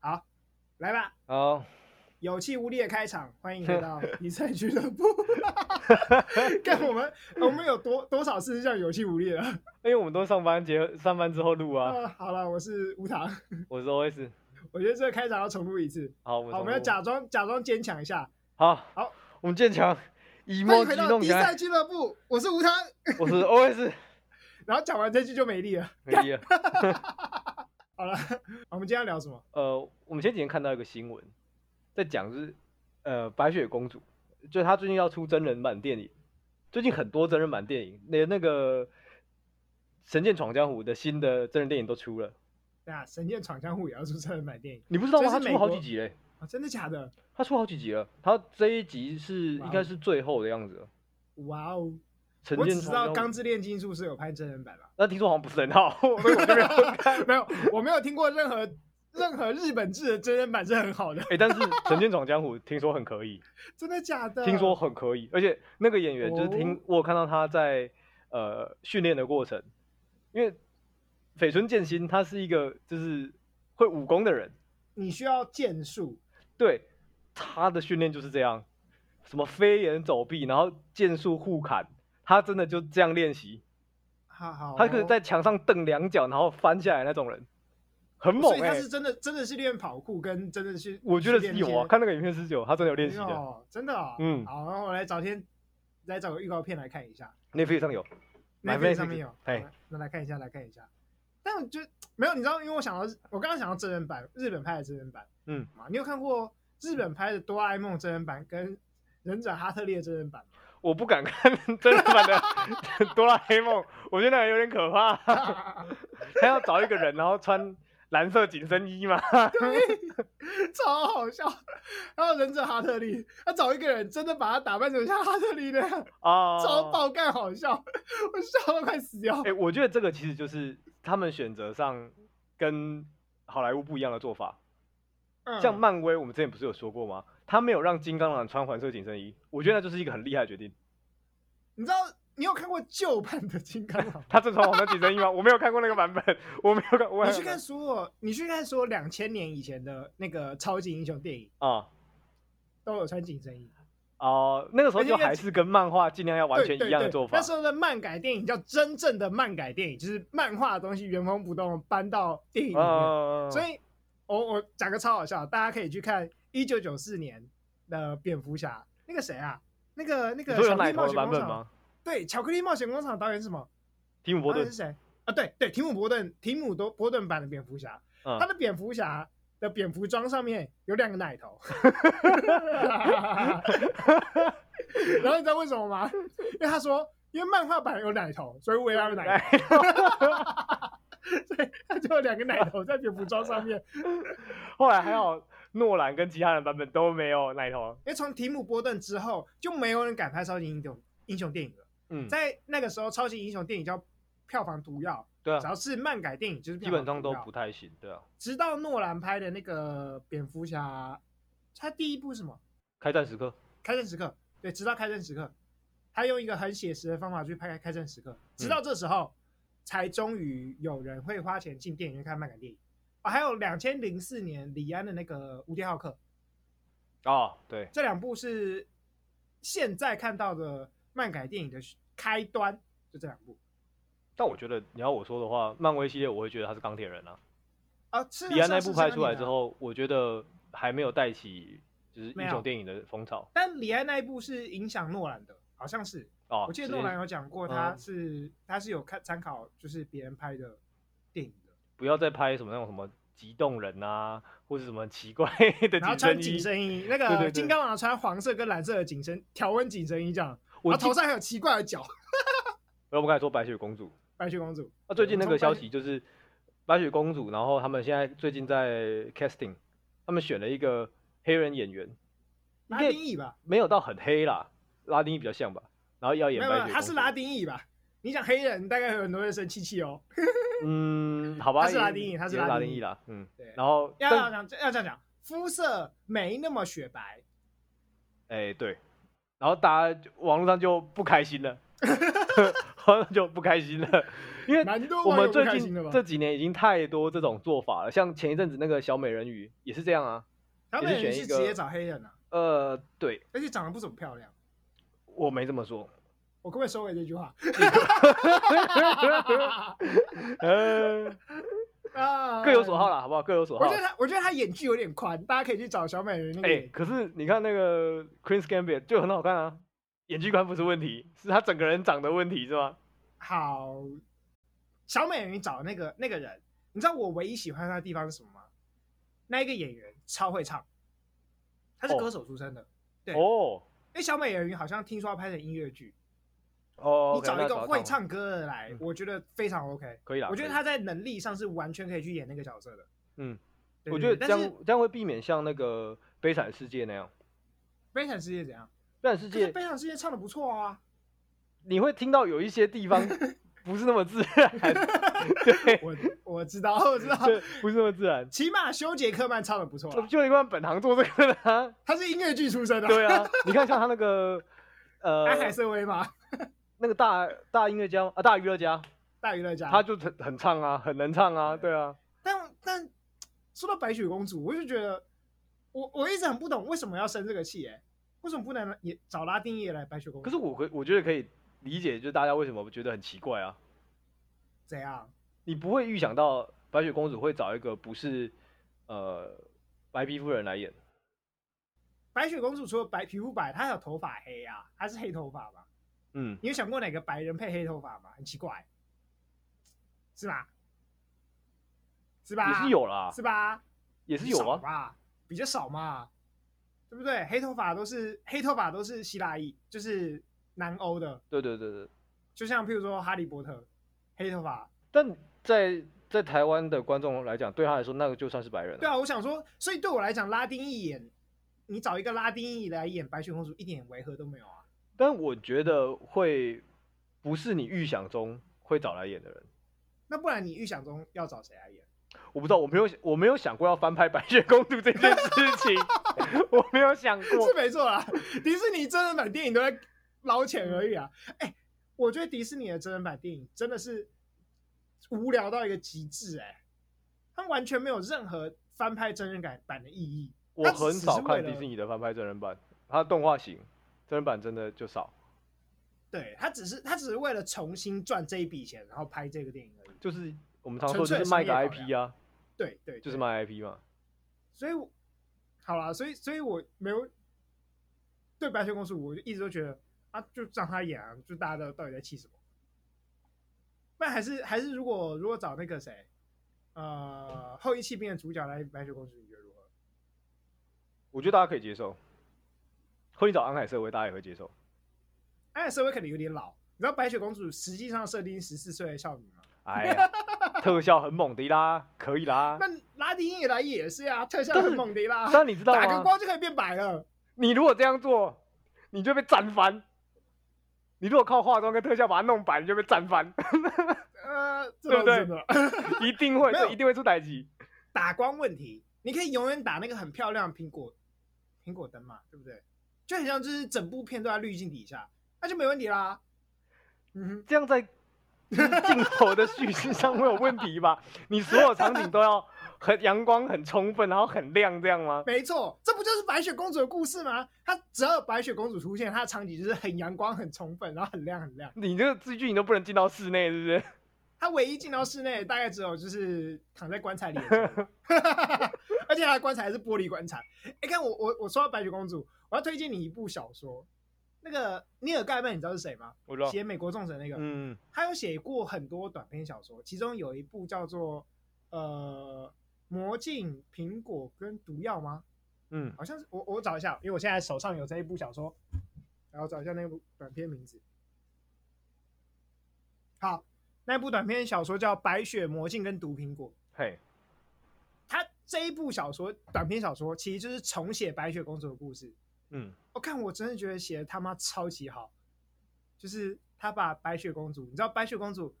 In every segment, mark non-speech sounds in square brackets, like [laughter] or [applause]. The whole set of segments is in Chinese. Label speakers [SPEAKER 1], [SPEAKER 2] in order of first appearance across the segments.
[SPEAKER 1] 好，来吧，
[SPEAKER 2] 好，
[SPEAKER 1] 有气无力的开场，欢迎回
[SPEAKER 2] [laughs]
[SPEAKER 1] 到比赛俱乐部。看我们，我们有多多少次是这样有气无力的？
[SPEAKER 2] 因哎为我们都上班结上班之后录啊。
[SPEAKER 1] 啊，好了，我是吴糖，
[SPEAKER 2] 我是 OS，
[SPEAKER 1] 我觉得这个开场要重录一次。
[SPEAKER 2] 好，我们
[SPEAKER 1] 嗯好，我们
[SPEAKER 2] 重
[SPEAKER 1] 要
[SPEAKER 2] 录
[SPEAKER 1] 假装假装坚强一下。
[SPEAKER 2] 好
[SPEAKER 1] 好，
[SPEAKER 2] 我们建强以
[SPEAKER 1] 欢
[SPEAKER 2] 猫
[SPEAKER 1] 迎回
[SPEAKER 2] 激
[SPEAKER 1] 到
[SPEAKER 2] 动
[SPEAKER 1] 比
[SPEAKER 2] 起来
[SPEAKER 1] 赛，俱乐部，我是吴糖。
[SPEAKER 2] 我是 OS，
[SPEAKER 1] [laughs] 然后讲完这句就没力了。
[SPEAKER 2] 没力了。
[SPEAKER 1] 好了，我们今天要聊什么？
[SPEAKER 2] 呃，我们前几天看到一个新闻，在讲就是呃白雪公主，就是她最近要出真人版电影，最近很多真人版电影，连那个《神剑闯江湖》的新的真人电影都出了，
[SPEAKER 1] 对啊，《神剑闯江湖》也要出真人版电影
[SPEAKER 2] 你不知道吗？
[SPEAKER 1] 这
[SPEAKER 2] 她
[SPEAKER 1] 是
[SPEAKER 2] 出
[SPEAKER 1] 美
[SPEAKER 2] 好
[SPEAKER 1] 国
[SPEAKER 2] 几集嘞。
[SPEAKER 1] 啊？真的假的？
[SPEAKER 2] 他出好几集了，他这一集是
[SPEAKER 1] 哇哦
[SPEAKER 2] 应该是最后的样子了。
[SPEAKER 1] 哇哦！
[SPEAKER 2] 陈
[SPEAKER 1] 我
[SPEAKER 2] 建
[SPEAKER 1] 只知道
[SPEAKER 2] 闯
[SPEAKER 1] 《
[SPEAKER 2] 江
[SPEAKER 1] 钢
[SPEAKER 2] 湖，
[SPEAKER 1] 之炼金术师》有拍真人版了。
[SPEAKER 2] 那听说好像不是很好， [laughs] 所以我就没有看。
[SPEAKER 1] 没有，我没有听过任何任何日本制的真人版是很好的，
[SPEAKER 2] 哎、但是《神剑闯江湖》听说很可以，
[SPEAKER 1] 真的假的？
[SPEAKER 2] 听说很可以，而且那个演员就是听、
[SPEAKER 1] 啊哦
[SPEAKER 2] 我有看到他在呃训练的过程，因为绯村剑心他是一个就是会武功的人，
[SPEAKER 1] 你需要剑术，
[SPEAKER 2] 对他的训练就是这样，什么飞檐走壁，然后剑术互砍，他真的就这样练习。
[SPEAKER 1] 好好，
[SPEAKER 2] 他可以在墙上蹬两脚，然后翻下来那种人，很猛
[SPEAKER 1] 所以
[SPEAKER 2] 哎、
[SPEAKER 1] 他是真的真的是练跑酷，跟真的是
[SPEAKER 2] 我觉得
[SPEAKER 1] 去
[SPEAKER 2] 是
[SPEAKER 1] 练一些
[SPEAKER 2] 有啊，看那个影片是有，他真的有练习的，
[SPEAKER 1] 哦，真的哦，
[SPEAKER 2] 嗯
[SPEAKER 1] 好，然后我来找天来找个预告片来看一下，
[SPEAKER 2] 那非常有。买
[SPEAKER 1] Netflix
[SPEAKER 2] Netflix，
[SPEAKER 1] 上面有，
[SPEAKER 2] 哎
[SPEAKER 1] 好那来看一下，来看一下。但我觉得没有，你知道，因为我想到日我刚刚想到真人版，日本拍的真人版，
[SPEAKER 2] 嗯
[SPEAKER 1] 嘛，你有看过日本拍的《哆啦 A 梦》真人版跟《忍者哈特利》的真人版吗？
[SPEAKER 2] 我不敢看 [laughs] 真人版的哆啦 A 梦，我觉得那个有点可
[SPEAKER 1] [laughs]
[SPEAKER 2] 怕。他要找一个人，然后穿蓝色紧身
[SPEAKER 1] [laughs]
[SPEAKER 2] 衣嘛，
[SPEAKER 1] 超好笑。然后忍者哈特利，他找一个人真的把他打扮成像哈特利那样，
[SPEAKER 2] 啊，
[SPEAKER 1] 超爆干好笑，我笑到快死掉
[SPEAKER 2] 哎、。我觉得这个其实就是他们选择上跟好莱坞不一样的做法。
[SPEAKER 1] 嗯
[SPEAKER 2] 像漫威，我们之前不是有说过吗？他没有让金刚狼穿黄色紧身衣，我觉得那就是一个很厉害的决定。？
[SPEAKER 1] 你知道你有看过旧版的金刚狼
[SPEAKER 2] 他正穿黄色紧
[SPEAKER 1] [laughs]
[SPEAKER 2] 身衣吗？我没有看过那个版本，我没有看， [laughs] 我
[SPEAKER 1] 你
[SPEAKER 2] 还
[SPEAKER 1] 去看所有，你去看所有两千年以前的那个超级英雄电影，
[SPEAKER 2] 啊
[SPEAKER 1] 都有穿紧身衣，
[SPEAKER 2] 哦，那个时候
[SPEAKER 1] 而且
[SPEAKER 2] 就
[SPEAKER 1] 要
[SPEAKER 2] 还是跟漫画尽量要完全
[SPEAKER 1] 对
[SPEAKER 2] 一样的
[SPEAKER 1] 对对
[SPEAKER 2] 做法
[SPEAKER 1] 那时候的漫改电影叫真正的漫改电影，就是漫画的东西原封不动搬到电影里面。
[SPEAKER 2] 啊，
[SPEAKER 1] 所
[SPEAKER 2] 以
[SPEAKER 1] 以，我我讲个超好笑的，大家可以去看一九九四年的蝙蝠侠，那个谁啊，那个那
[SPEAKER 2] 你
[SPEAKER 1] 个
[SPEAKER 2] 说有
[SPEAKER 1] 巧克
[SPEAKER 2] 奶
[SPEAKER 1] 力
[SPEAKER 2] 头
[SPEAKER 1] 冒
[SPEAKER 2] 的
[SPEAKER 1] 险
[SPEAKER 2] 版
[SPEAKER 1] 工
[SPEAKER 2] 本
[SPEAKER 1] 厂，
[SPEAKER 2] 吗？
[SPEAKER 1] 对，巧克力冒险工厂的导演是什么？
[SPEAKER 2] 提姆伯
[SPEAKER 1] 导演
[SPEAKER 2] 顿
[SPEAKER 1] 是，谁啊？对对，提姆伯顿，提姆多伯顿版的蝙蝠侠，
[SPEAKER 2] 嗯
[SPEAKER 1] 呃他，的蝙蝠侠的蝙蝠装上面有两个奶头，然后你知道为什么吗？因为他说，因为漫画版有奶头，所以我也要有奶头。
[SPEAKER 2] [laughs]
[SPEAKER 1] 所以他就有两个奶头在蝙蝠装上面，
[SPEAKER 2] 后来
[SPEAKER 1] 嗯
[SPEAKER 2] 还好，诺兰跟其他人版本都没有奶头，
[SPEAKER 1] 因为从提姆波顿之后就没有人敢拍超级英雄英雄电影了。
[SPEAKER 2] 嗯，
[SPEAKER 1] 在那个时候，超级英雄电影叫票房毒药，
[SPEAKER 2] 对
[SPEAKER 1] 只
[SPEAKER 2] 啊，
[SPEAKER 1] 要是漫改电影就是
[SPEAKER 2] 基
[SPEAKER 1] 票房
[SPEAKER 2] 本
[SPEAKER 1] 毒
[SPEAKER 2] 上都
[SPEAKER 1] 药
[SPEAKER 2] 不太行，对啊，
[SPEAKER 1] 直到诺兰拍的那个蝙蝠侠，他第一部是什么？
[SPEAKER 2] 开战时刻，
[SPEAKER 1] 开战时刻，对，直到开战时刻，他用一个很写实的方法去拍开战时刻，
[SPEAKER 2] 嗯
[SPEAKER 1] 直到这时候、才终于有人会花钱进电影院看漫改电影。啊、还有两千零四年李安的那个《无敌浩克》，
[SPEAKER 2] 哦，对，
[SPEAKER 1] 这两部是现在看到的漫改电影的开端，就这两部
[SPEAKER 2] 但我觉得你要我说的话，漫威系列我会觉得他是钢铁人啊，
[SPEAKER 1] 啊。是啊
[SPEAKER 2] 李安
[SPEAKER 1] 是啊
[SPEAKER 2] 那
[SPEAKER 1] 是
[SPEAKER 2] 部
[SPEAKER 1] 啊
[SPEAKER 2] 拍
[SPEAKER 1] 是
[SPEAKER 2] 出来
[SPEAKER 1] 钢铁
[SPEAKER 2] 之
[SPEAKER 1] 人啊
[SPEAKER 2] 后，我觉得还没有带起就是
[SPEAKER 1] 没
[SPEAKER 2] 英
[SPEAKER 1] 有
[SPEAKER 2] 雄电影的风潮
[SPEAKER 1] 但李安那一部是影响诺兰的，好像是。
[SPEAKER 2] 哦，
[SPEAKER 1] 我记得
[SPEAKER 2] 是
[SPEAKER 1] 诺兰有讲过，
[SPEAKER 2] 嗯
[SPEAKER 1] 他是、他是有看参考就是别人拍的电影的，
[SPEAKER 2] 不要再拍什么那种什么激动人啊，或是什么奇怪 [laughs] 的
[SPEAKER 1] 然后穿
[SPEAKER 2] 紧身
[SPEAKER 1] 紧
[SPEAKER 2] 衣。
[SPEAKER 1] 身衣，那
[SPEAKER 2] 对对
[SPEAKER 1] 个
[SPEAKER 2] 对
[SPEAKER 1] 金刚狼穿黄色跟蓝色的紧身条纹紧身衣这样，
[SPEAKER 2] 我
[SPEAKER 1] 然后
[SPEAKER 2] 记
[SPEAKER 1] 头上还有奇怪的角。 [laughs]
[SPEAKER 2] 呃我们刚才说白雪公主，
[SPEAKER 1] 白雪公主，
[SPEAKER 2] 那、啊最近那
[SPEAKER 1] 我
[SPEAKER 2] 个
[SPEAKER 1] 们从
[SPEAKER 2] 消
[SPEAKER 1] 白
[SPEAKER 2] 息就是白雪公主，然后他们现在最近在 casting，他们选了一个黑人演员，
[SPEAKER 1] 拉
[SPEAKER 2] 应该
[SPEAKER 1] 丁裔吧？
[SPEAKER 2] 没有到很黑啦，拉丁裔比较像吧，然后要
[SPEAKER 1] 没
[SPEAKER 2] 演
[SPEAKER 1] 有
[SPEAKER 2] 白
[SPEAKER 1] 没
[SPEAKER 2] 雪
[SPEAKER 1] 有，
[SPEAKER 2] 公主。
[SPEAKER 1] 他是拉丁裔吧？你讲黑人，大概有很多人生气气哦。
[SPEAKER 2] 嗯，好吧，
[SPEAKER 1] 他是拉
[SPEAKER 2] 也
[SPEAKER 1] 丁裔他是
[SPEAKER 2] 也
[SPEAKER 1] 拉
[SPEAKER 2] 拉
[SPEAKER 1] 丁
[SPEAKER 2] 丁
[SPEAKER 1] 裔
[SPEAKER 2] 裔啦，嗯，
[SPEAKER 1] 对，
[SPEAKER 2] 然后
[SPEAKER 1] 要
[SPEAKER 2] 但
[SPEAKER 1] 要讲要这样讲，肤色没那么雪白，
[SPEAKER 2] 哎、对，
[SPEAKER 1] [laughs]
[SPEAKER 2] 然后大家就网络上就不开心了，网络上就不开心了，因为
[SPEAKER 1] 蛮多
[SPEAKER 2] 我
[SPEAKER 1] 网友
[SPEAKER 2] 们
[SPEAKER 1] 不
[SPEAKER 2] 最
[SPEAKER 1] 开心的吧
[SPEAKER 2] 近这几年已经太多这种做法了，像前一阵子那个小美人鱼也是这样啊。
[SPEAKER 1] 他们
[SPEAKER 2] 也
[SPEAKER 1] 人
[SPEAKER 2] 是
[SPEAKER 1] 是
[SPEAKER 2] 选一
[SPEAKER 1] 直
[SPEAKER 2] 个
[SPEAKER 1] 接找黑人啊，
[SPEAKER 2] 呃，对
[SPEAKER 1] 而且长得不怎么漂亮。
[SPEAKER 2] 我没这么说，
[SPEAKER 1] 我根本收回这句话。
[SPEAKER 2] 呃，
[SPEAKER 1] 啊
[SPEAKER 2] [laughs] [laughs] 各有所好。啦，好不好？各有
[SPEAKER 1] [laughs]
[SPEAKER 2] 所
[SPEAKER 1] 我
[SPEAKER 2] 好
[SPEAKER 1] 觉。得他，我觉得他眼距有点宽，大家可以去找小美人那个
[SPEAKER 2] 哎、
[SPEAKER 1] 演。
[SPEAKER 2] 可是你看那个 Queen Gambit 就很好看啊，演技观不是问题，是他整个人长的问题是吗？
[SPEAKER 1] 好，小美人鱼找那个那个人，你知道我唯一喜欢他的地方是什么吗？那一个演员超会唱，他是
[SPEAKER 2] 哦
[SPEAKER 1] 歌手出身的。对
[SPEAKER 2] 哦
[SPEAKER 1] 哎、小美人鱼好像听说要拍成音乐剧，
[SPEAKER 2] 哦，
[SPEAKER 1] 你找一个会
[SPEAKER 2] 唱
[SPEAKER 1] 唱歌的来
[SPEAKER 2] 嗯，
[SPEAKER 1] 我觉得非常 OK。
[SPEAKER 2] 可以啦。
[SPEAKER 1] 我觉得
[SPEAKER 2] 可以
[SPEAKER 1] 他在能力上是完全可以去演那个角色的。
[SPEAKER 2] 嗯
[SPEAKER 1] 对，
[SPEAKER 2] 我觉得
[SPEAKER 1] 对
[SPEAKER 2] 这
[SPEAKER 1] 但
[SPEAKER 2] 样
[SPEAKER 1] 是《
[SPEAKER 2] 这样会避免像那个《悲惨世界》那样，《
[SPEAKER 1] 悲惨世界》怎样？
[SPEAKER 2] 悲惨世
[SPEAKER 1] 可是
[SPEAKER 2] 界》
[SPEAKER 1] 《悲惨世界》唱的不错啊。
[SPEAKER 2] 你会听到有一
[SPEAKER 1] [laughs]
[SPEAKER 2] 些地方不是那么自然，对 [laughs]
[SPEAKER 1] 我我知道，我知道，
[SPEAKER 2] 对，不是那么自然。
[SPEAKER 1] 起码修杰克曼唱的不错啊、
[SPEAKER 2] 就就一般本行做这个的、啊，
[SPEAKER 1] 他是音乐剧出身的、
[SPEAKER 2] 对啊，你看像他那个呃
[SPEAKER 1] 安海瑟薇嘛，
[SPEAKER 2] 那个大大音乐家啊大娱乐家，
[SPEAKER 1] 大娱乐家。
[SPEAKER 2] 他就很很唱啊，很能唱啊，对啊，
[SPEAKER 1] 但但说到白雪公主，我就觉得我我一直很不懂为什么要生这个气、哎，为什么不能也找拉丁裔来白雪公主？
[SPEAKER 2] 可是我可我觉得可以理解，就是大家为什么觉得很奇怪啊。
[SPEAKER 1] 怎样？
[SPEAKER 2] 你不会预想到白雪公主会找一个不是呃白皮肤人来演，
[SPEAKER 1] 白雪公主除了白皮肤白，她还有头发黑啊，她是黑头发嘛？
[SPEAKER 2] 嗯，
[SPEAKER 1] 你有想过哪个白人配黑头发吗？很奇怪、是吧？是吧？
[SPEAKER 2] 也是有啦，
[SPEAKER 1] 是吧？
[SPEAKER 2] 也是有
[SPEAKER 1] 少
[SPEAKER 2] 啊，
[SPEAKER 1] 吧，比较少嘛，对不对？黑头发都是黑头发都是希腊裔，就是南欧的，
[SPEAKER 2] 对对对对。
[SPEAKER 1] 就像譬如说哈利波特，黑头发。
[SPEAKER 2] 但在在台湾的观众来讲，对他来说那个就算是白人
[SPEAKER 1] 对
[SPEAKER 2] 了。
[SPEAKER 1] 啊，我想说，所以对我来讲，拉丁裔演你找一个拉丁裔来演白雪公主，一点违和都没有啊。
[SPEAKER 2] 但我觉得会不是你预想中会找来演的人。
[SPEAKER 1] 那不然你预想中要找谁来演？
[SPEAKER 2] 我不知道，我没有我没有想过要翻拍《白雪公主》这件事情，
[SPEAKER 1] [laughs]
[SPEAKER 2] 我没有想过
[SPEAKER 1] 是。没错啦， [laughs] 迪士尼真人版电影都在捞钱而已啊。哎、我觉得迪士尼的真人版电影真的是无聊到一个极致、哎，它完全没有任何翻拍真人改版的意义。
[SPEAKER 2] 我很少看
[SPEAKER 1] 它只是为了
[SPEAKER 2] 迪士尼的翻拍真人版，它的动画型真人版真的就少，
[SPEAKER 1] 对，它只是它只是为了重新赚这一笔钱，然后拍这个电影而已。
[SPEAKER 2] 就是我们常说就是
[SPEAKER 1] 纯粹的
[SPEAKER 2] 卖个
[SPEAKER 1] 商业考量
[SPEAKER 2] IP 啊，
[SPEAKER 1] 对对，
[SPEAKER 2] 就是
[SPEAKER 1] 对
[SPEAKER 2] 卖 IP 嘛。
[SPEAKER 1] 所以我，好啦，所以所以我没有对白雪公主，我就一直都觉得啊，就让她演啊，就大家到到底在气什么？那还是还是如果如果找那个谁，呃，后羿弃兵的主角来白雪公主，你觉得如何？
[SPEAKER 2] 我觉得大家可以接受。婚礼找安海瑟薇，大家也会接受。
[SPEAKER 1] 安海瑟薇哎可能有点老，你知道白雪公主实际上设定十四岁的少女吗？
[SPEAKER 2] 哎呀，特效很猛的啦，可以啦。
[SPEAKER 1] 那拉丁裔来也是啊，特效
[SPEAKER 2] 但是
[SPEAKER 1] 很猛的
[SPEAKER 2] [laughs]
[SPEAKER 1] 啦，
[SPEAKER 2] 但你知道
[SPEAKER 1] 打个
[SPEAKER 2] 吗？
[SPEAKER 1] 光就可以变白了。
[SPEAKER 2] 你如果这样做，你就被战翻。你如果靠化妆跟特效把它弄白，你就被战翻， [laughs]
[SPEAKER 1] 呃，这
[SPEAKER 2] 对
[SPEAKER 1] 倒
[SPEAKER 2] 不
[SPEAKER 1] 是
[SPEAKER 2] 对
[SPEAKER 1] 真的。
[SPEAKER 2] 一定会，
[SPEAKER 1] 没有
[SPEAKER 2] 这一定会出代级。
[SPEAKER 1] 打光问题，你可以永远打那个很漂亮的苹果苹果灯嘛，对不对？就很像就是整部片都在滤镜底下，那就没问题啦。嗯哼，
[SPEAKER 2] 这
[SPEAKER 1] [laughs]
[SPEAKER 2] 样在就是镜头的叙事上会有问题吧？你所有场景都要很阳光、很充分，然后很亮，这样吗？
[SPEAKER 1] 没错，这不就是白雪公主的故事吗？她只要有白雪公主出现，她的场景就是很阳光、很充分，然后很亮很亮。
[SPEAKER 2] 你这个字句你都不能进到室内，是不是？
[SPEAKER 1] 她唯一进到室内，大概只有就是躺在棺材里的时候， [laughs] 而且她的棺材还是玻璃棺材。哎，看我我我说到白雪公主，我要推荐你一部小说，那个尼尔盖曼，你知道是谁吗？
[SPEAKER 2] 我知道
[SPEAKER 1] 写《美国众神》那个，
[SPEAKER 2] 嗯，
[SPEAKER 1] 他有写过很多短篇小说，其中有一部叫做呃《魔镜、苹果跟毒药》吗？
[SPEAKER 2] 嗯，
[SPEAKER 1] 好像是我我找一下，因为我现在手上有这一部小说，然后找一下那部短篇名字。好，那部短篇小说叫《白雪魔镜跟毒苹果》。
[SPEAKER 2] 嘿，
[SPEAKER 1] 它这一部小说短篇小说其实就是重写白雪公主的故事，
[SPEAKER 2] 嗯，
[SPEAKER 1] 我、哦看我真的觉得写的他妈超级好，就是他把白雪公主，你知道白雪公主，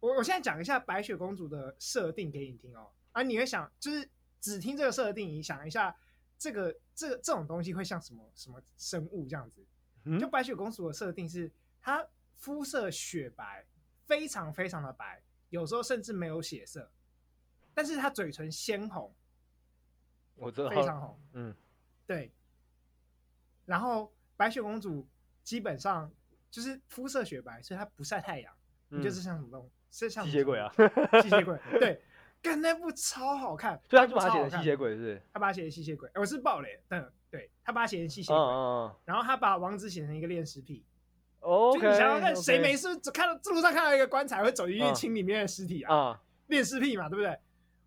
[SPEAKER 1] 我我现在讲一下白雪公主的设定给你听哦，啊，你会想就是只听这个设定，你想一下这个这个这种东西会像什么什么生物这样子？
[SPEAKER 2] 嗯
[SPEAKER 1] 就白雪公主的设定是她肤色雪白，非常非常的白，有时候甚至没有血色，但是他嘴唇鲜红，
[SPEAKER 2] 我知道，
[SPEAKER 1] 非常红。
[SPEAKER 2] 嗯，
[SPEAKER 1] 对，然后白雪公主基本上就是肤色雪白，所以她不晒太阳。你觉得这像什么东？这像
[SPEAKER 2] 嗯吸
[SPEAKER 1] 什
[SPEAKER 2] 血
[SPEAKER 1] 么
[SPEAKER 2] 鬼啊？
[SPEAKER 1] 东
[SPEAKER 2] 所
[SPEAKER 1] 西？吸血鬼，对，干那部超好看，
[SPEAKER 2] 以 [laughs] 他就把它
[SPEAKER 1] 超
[SPEAKER 2] 写
[SPEAKER 1] 好
[SPEAKER 2] 成
[SPEAKER 1] 看
[SPEAKER 2] 吸血，鬼，是不是？
[SPEAKER 1] 他把它写成吸血鬼，哎我是暴雷，嗯，对他把它写成 [laughs] 吸血
[SPEAKER 2] 嗯
[SPEAKER 1] 鬼，
[SPEAKER 2] 嗯嗯
[SPEAKER 1] 然后他把王子写成一个恋尸癖。
[SPEAKER 2] 哦，OK。
[SPEAKER 1] 就你想要看谁没事只看到路上看到一个棺材会走进去
[SPEAKER 2] 嗯
[SPEAKER 1] 清里面的尸体啊？
[SPEAKER 2] 啊？
[SPEAKER 1] 恋尸癖嘛，对不对？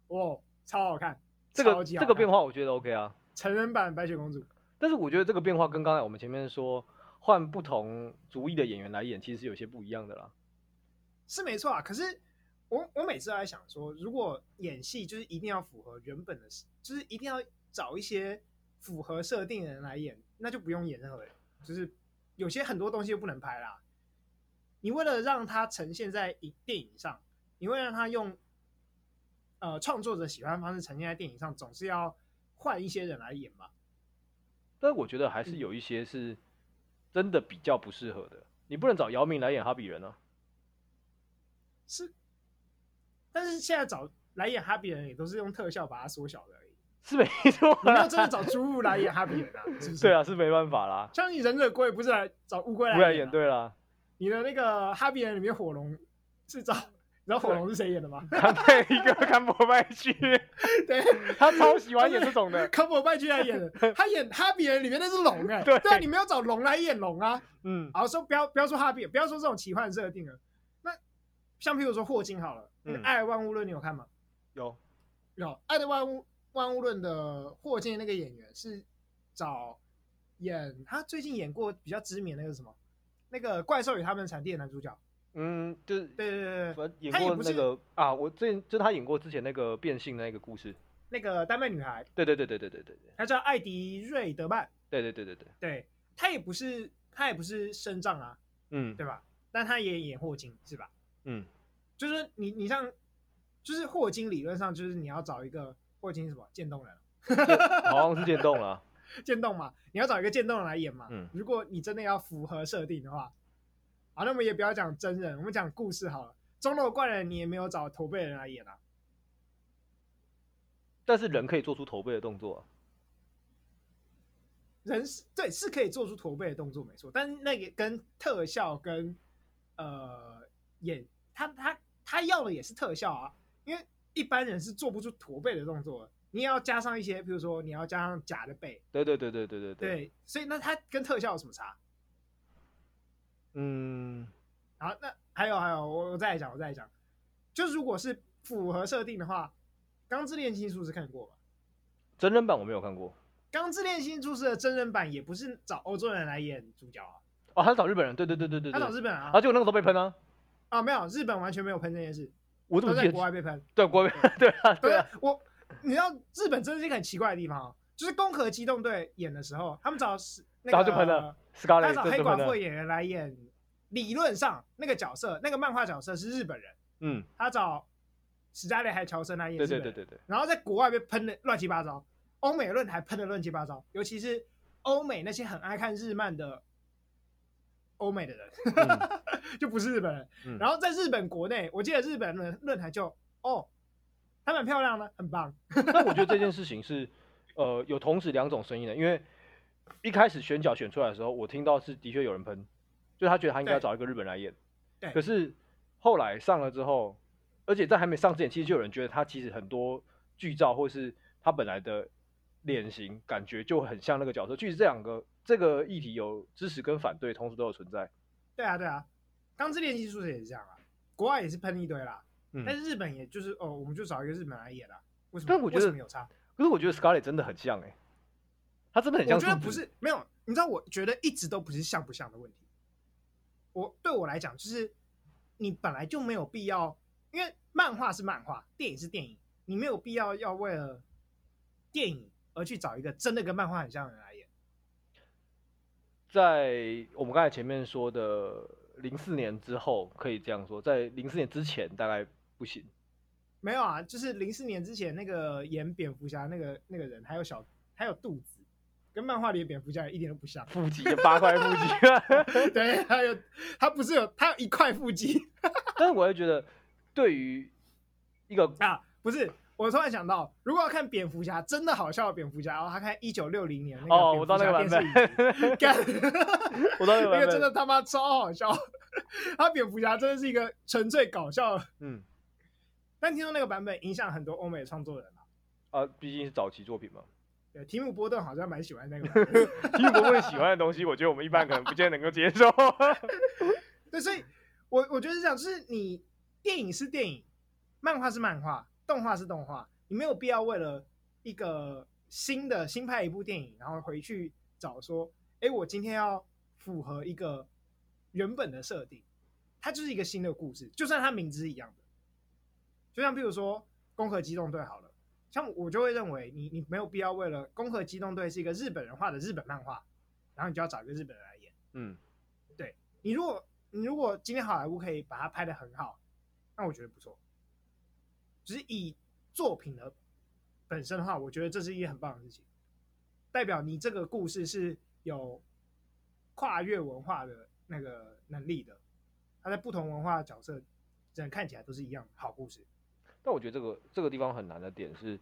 [SPEAKER 1] 哇，超好看，
[SPEAKER 2] 这个
[SPEAKER 1] 超级好
[SPEAKER 2] 这
[SPEAKER 1] 看
[SPEAKER 2] 个变化我觉得 OK 啊，
[SPEAKER 1] 成人版白雪公主，
[SPEAKER 2] 但是我觉得这个变化跟刚才我们前面说换不同族裔的演员来演，其实有些不一样的啦。
[SPEAKER 1] 是没错啊，可是我我每次都在想说，如果演戏就是一定要符合原本的，就是一定要找一些符合设定的人来演，那就不用演任何人，就是有些很多东西就不能拍啦。你为了让它呈现在影电影上，你为了让它用呃创作者喜欢的方式呈现在电影上，总是要换一些人来演嘛。
[SPEAKER 2] 但我觉得还
[SPEAKER 1] 嗯
[SPEAKER 2] 是有一些是真的比较不适合的，你不能找姚明来演哈比人啊。
[SPEAKER 1] 是，但是现在找来演哈比人也都是用特效把它缩小的而已。
[SPEAKER 2] 是没错
[SPEAKER 1] 你没
[SPEAKER 2] 啦
[SPEAKER 1] 有真的找猪入来演哈比人啊？是不是？
[SPEAKER 2] 对啊，是没办法啦，
[SPEAKER 1] 像你忍者龟不是来找乌龟
[SPEAKER 2] 不然
[SPEAKER 1] 来演
[SPEAKER 2] 演
[SPEAKER 1] 啊、
[SPEAKER 2] 对啦，
[SPEAKER 1] 你的那个《哈比人》里面火龙是找， [laughs] 你知道火龙是谁演的吗？
[SPEAKER 2] 他配一个看不麦去，
[SPEAKER 1] [laughs] 对，
[SPEAKER 2] 他超喜欢演这
[SPEAKER 1] [laughs]
[SPEAKER 2] 种的，
[SPEAKER 1] 科博拜居然演 [laughs] 的，他演《哈比人》里面那是龙哎、
[SPEAKER 2] 对
[SPEAKER 1] 对啊，你没有找龙来演龙啊。
[SPEAKER 2] 嗯
[SPEAKER 1] 好说不要不要说哈比，不要说这种奇幻设定了。那像譬如说霍金好了，那个
[SPEAKER 2] 嗯
[SPEAKER 1] 《爱尔万物论》你有看吗？
[SPEAKER 2] 有，
[SPEAKER 1] 有《爱的万物万物论》的霍金那个演员是找演他最近演过比较知名的那个什么，那个《怪兽与他们的产地》的男主角。
[SPEAKER 2] 嗯，就是
[SPEAKER 1] 对对对对对，
[SPEAKER 2] 反正演
[SPEAKER 1] 他也
[SPEAKER 2] 过
[SPEAKER 1] 不
[SPEAKER 2] 那
[SPEAKER 1] 是
[SPEAKER 2] 个啊，我最近就他演过之前那个变性那个故事，
[SPEAKER 1] 那个丹麦女孩，
[SPEAKER 2] 对对对对对对对
[SPEAKER 1] 她叫艾迪瑞德曼。
[SPEAKER 2] 对对对对对，
[SPEAKER 1] 对，她也不是她也不是身障啊，
[SPEAKER 2] 嗯
[SPEAKER 1] 对吧？但她也演霍金是吧？
[SPEAKER 2] 嗯，
[SPEAKER 1] 就是你你像就是霍金理论上就是你要找一个霍金是什么渐冻人啊，
[SPEAKER 2] 好像是电动了，
[SPEAKER 1] 渐冻嘛，你要找一个渐冻人来演嘛。
[SPEAKER 2] 嗯
[SPEAKER 1] 如果你真的要符合设定的话，好，那我们也不要讲真人，我们讲故事好了。钟楼怪人你也没有找驼背人来演啊，
[SPEAKER 2] 但是人可以做出驼背的动作啊、
[SPEAKER 1] 人是对是可以做出驼背的动作没错，但是那个跟特效跟呃演他他他要的也是特效啊，因为一般人是做不出驼背的动作的，你也要加上一些，比如说你要加上假的背，
[SPEAKER 2] 对对对对对对对，
[SPEAKER 1] 对，所以那它跟特效有什么差？
[SPEAKER 2] 嗯，
[SPEAKER 1] 好，那还有还有，我我再来讲，我再来讲，就是如果是符合设定的话，《钢之炼金术师》看过吧？
[SPEAKER 2] 真人版我没有看过，
[SPEAKER 1] 《钢之炼金术师》的真人版也不是找欧洲人来演主角啊，
[SPEAKER 2] 哦，他是找日本人，对对对对对
[SPEAKER 1] 他
[SPEAKER 2] 对，
[SPEAKER 1] 找日本人啊
[SPEAKER 2] 啊，，结果那个时候被喷啊，
[SPEAKER 1] 啊没有，日本完全没有喷这件事，
[SPEAKER 2] 我怎
[SPEAKER 1] 都
[SPEAKER 2] 么
[SPEAKER 1] 在
[SPEAKER 2] 记
[SPEAKER 1] 国
[SPEAKER 2] 得？
[SPEAKER 1] 外被喷。
[SPEAKER 2] 对国外 [laughs] 对啊对
[SPEAKER 1] 对
[SPEAKER 2] 啊，
[SPEAKER 1] 我你知道日本真的是一个很奇怪的地方、哦，就是《攻壳机动队》演的时候，他们找是那
[SPEAKER 2] 然
[SPEAKER 1] 个
[SPEAKER 2] 后就喷了
[SPEAKER 1] 他
[SPEAKER 2] Scarlett
[SPEAKER 1] 找
[SPEAKER 2] 真
[SPEAKER 1] 黑
[SPEAKER 2] 的
[SPEAKER 1] 寡
[SPEAKER 2] 喷
[SPEAKER 1] 妇
[SPEAKER 2] 了
[SPEAKER 1] 的，演员来演，理论上那个角色，那个漫画角色是日本人，
[SPEAKER 2] 嗯，
[SPEAKER 1] 他找史嘉蕾还乔森来演
[SPEAKER 2] 对
[SPEAKER 1] 日本
[SPEAKER 2] 对
[SPEAKER 1] 人
[SPEAKER 2] 对对对，
[SPEAKER 1] 然后在国外被喷的乱七八糟，欧美论坛喷的乱七八糟，尤其是欧美那些很爱看日漫的欧美的人，
[SPEAKER 2] 嗯
[SPEAKER 1] 就不是日本人。
[SPEAKER 2] 嗯
[SPEAKER 1] 然后在日本国内，我记得日本论论坛就哦，她蛮漂亮的，很棒，
[SPEAKER 2] 但我觉得这件事情是，呃，有同时两种声音的，因为一开始选角选出来的时候，我听到是的确有人喷，就他觉得他应该
[SPEAKER 1] 对
[SPEAKER 2] 找一个日本人来演，
[SPEAKER 1] 对
[SPEAKER 2] 可是后来上了之后，而且在还没上之前，其实就有人觉得他其实很多剧照或是他本来的脸型感觉就很像那个角色，其实这两个这个议题有支持跟反对，同时都有存在。
[SPEAKER 1] 对啊对啊，钢之炼金术士也是这样啊，国外也是喷一堆啦，
[SPEAKER 2] 嗯，
[SPEAKER 1] 但是日本也就是哦，我们就找一个日本来演啦，为什么？
[SPEAKER 2] 但我觉得
[SPEAKER 1] 为什么有差？
[SPEAKER 2] 可是我觉得 Scarlett 真的很像哎、欸，他真的很像
[SPEAKER 1] 我
[SPEAKER 2] 兔
[SPEAKER 1] 觉
[SPEAKER 2] 子，
[SPEAKER 1] 得不是没有，你知道，我觉得一直都不是像不像的问题。我对我来讲，就是你本来就没有必要，因为漫画是漫画，电影是电影，你没有必要要为了电影而去找一个真的跟漫画很像的人来演。
[SPEAKER 2] 在我们刚才前面说的零四年之后可以这样说，在零四年之前大概不行。。
[SPEAKER 1] 没有啊，就是零四年之前那个演蝙蝠侠那个那个人，还有小还有肚子，跟漫画里的蝙蝠侠一点都不像 [laughs]
[SPEAKER 2] 腹肌八块腹肌。
[SPEAKER 1] 对，他有他不是有他有一块腹肌
[SPEAKER 2] [laughs] 但是我会觉得，对于一个
[SPEAKER 1] 啊？不是，我突然想到，如果要看蝙蝠侠真的好笑的蝙蝠侠，然后他看一九六零年那个
[SPEAKER 2] 哦，我知道那个
[SPEAKER 1] 蝙
[SPEAKER 2] 版
[SPEAKER 1] 蝠侠电视
[SPEAKER 2] 本，
[SPEAKER 1] 影集干。
[SPEAKER 2] [laughs] 我知道那个
[SPEAKER 1] 那
[SPEAKER 2] 版
[SPEAKER 1] 个
[SPEAKER 2] 本
[SPEAKER 1] 真的他妈超好笑，他蝙蝠侠真的是一个纯粹搞笑的。
[SPEAKER 2] 嗯
[SPEAKER 1] 但听说那个版本影响很多欧美创作人啊，
[SPEAKER 2] 啊，毕竟是早期作品嘛。 [laughs]
[SPEAKER 1] 对，提姆波顿好像蛮喜欢那个版本。
[SPEAKER 2] 英国会喜欢的东西，我觉得我们一般可能不见得能够接受。 [laughs]
[SPEAKER 1] 对，所以我我觉得是这样，就是你电影是电影，漫画是漫画，动画是动画，你没有必要为了一个新的新拍一部电影，然后回去找说，哎，我今天要符合一个原本的设定，它就是一个新的故事，就算它名字是一样的，就像譬如说《攻壳机动队》好了。像我就会认为你你没有必要为了《攻壳机动队》是一个日本人画的日本漫画，然后你就要找一个日本人来演。
[SPEAKER 2] 嗯，
[SPEAKER 1] 你如果你如果今天好莱坞可以把它拍得很好，那我觉得不错。只是以作品的本身的话，我觉得这是一件很棒的事情，代表你这个故事是有跨越文化的那个能力的。它在不同文化的角色人看起来都是一样的好故事。
[SPEAKER 2] 但我觉得这个这个地方很难的点是，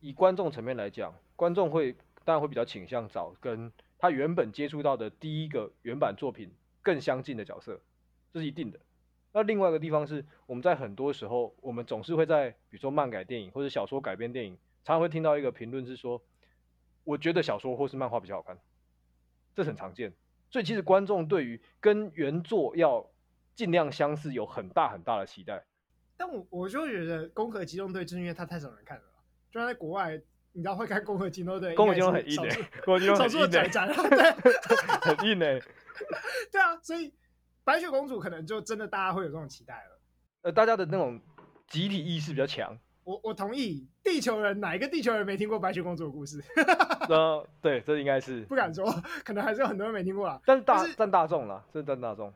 [SPEAKER 2] 以观众层面来讲，观众会当然会比较倾向找跟他原本接触到的第一个原版作品更相近的角色，这是一定的。那另外一个地方是，我们在很多时候，我们总是会在比如说漫改电影或者小说改编电影，常常会听到一个评论是说，我觉得小说或是漫画比较好看，这是很常见。所以其实观众对于跟原作要尽量相似有很大很大的期待。
[SPEAKER 1] 但我我就觉得《攻壳机动队》就是因为它太少人看了吧，就算在国外，你知道会看《攻壳机动队》，
[SPEAKER 2] 宫本金龙很硬哎、欸，宫本金龙
[SPEAKER 1] 少
[SPEAKER 2] 很
[SPEAKER 1] 数的
[SPEAKER 2] 硬
[SPEAKER 1] 宅
[SPEAKER 2] 哎、
[SPEAKER 1] 宅，对。
[SPEAKER 2] 欸， [laughs] 很硬哎、
[SPEAKER 1] 对啊，所以白雪公主可能就真的大家会有这种期待了。
[SPEAKER 2] 呃，大家的那种集体意识比较强，
[SPEAKER 1] 我我同意，地球人哪一个地球人没听过白雪公主的故事？ [laughs]
[SPEAKER 2] 那对，这应该是
[SPEAKER 1] 不敢，说，可能还是有很多人没听过啦。
[SPEAKER 2] 但是大
[SPEAKER 1] 但是
[SPEAKER 2] 但大众啦，这是占大众，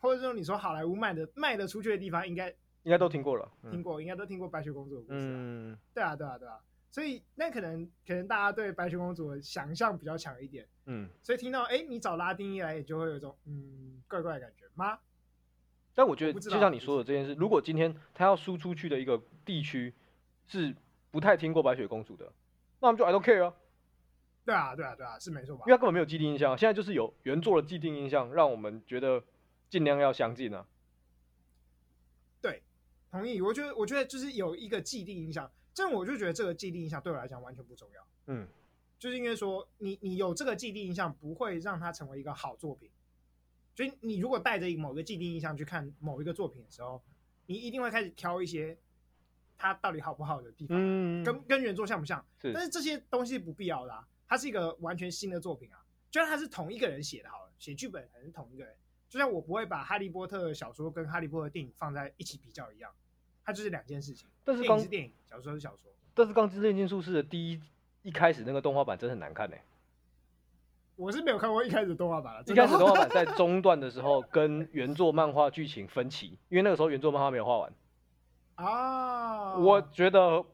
[SPEAKER 1] 或者说，你说好莱坞卖的卖得出去的地方，应该
[SPEAKER 2] 应该都听过了，嗯
[SPEAKER 1] 听过，应该都听过白雪公主的故事、啊。
[SPEAKER 2] 嗯，
[SPEAKER 1] 对啊，对啊，对啊。所以那可能可能大家对白雪公主的想象比较强一点，
[SPEAKER 2] 嗯，
[SPEAKER 1] 所以听到哎你找拉丁裔来，也就会有一种嗯怪怪的感觉吗？
[SPEAKER 2] 但我觉
[SPEAKER 1] 我
[SPEAKER 2] 得
[SPEAKER 1] 不知
[SPEAKER 2] 就
[SPEAKER 1] 道
[SPEAKER 2] 像你说的这件事，如果今天他要输出去的一个地区是不太听过白雪公主的，那我们就 I don't care 啊，
[SPEAKER 1] 对啊，对啊，对啊，是没错吧
[SPEAKER 2] 因为？他根本没有既定印象啊，现在就是有原作的既定印象，让我们觉得尽量要相近啊，
[SPEAKER 1] 同意，我觉得我觉得就是有一个既定印象，但我就觉得这个既定印象对我来讲完全不重要。
[SPEAKER 2] 嗯，
[SPEAKER 1] 就是因为说你你有这个既定印象，不会让它成为一个好作品。所以你如果带着某个既定印象去看某一个作品的时候，你一定会开始挑一些它到底好不好的地方，
[SPEAKER 2] 嗯，
[SPEAKER 1] 跟跟原作像不像。
[SPEAKER 2] 是
[SPEAKER 1] 但是这些东西不必要的、啊，它是一个完全新的作品啊。就算它是同一个人写的，好了，写剧本可能是同一个人。就像我不会把《哈利波特》的小说跟《哈利波特》电影放在一起比较一样，它就是两件事情。
[SPEAKER 2] 但是
[SPEAKER 1] 电
[SPEAKER 2] 刚
[SPEAKER 1] 影是电影，小说是小说。
[SPEAKER 2] 但是《钢之炼金术士》的第一一开始那个动画版真的很难看欸呢、
[SPEAKER 1] 我是没有看过一开始的动画版了，啊
[SPEAKER 2] 一
[SPEAKER 1] 真的
[SPEAKER 2] 开始动画版在中段的时候跟原作漫画剧情分歧，因为那个时候原作漫画没有画完，
[SPEAKER 1] 啊，
[SPEAKER 2] 我觉得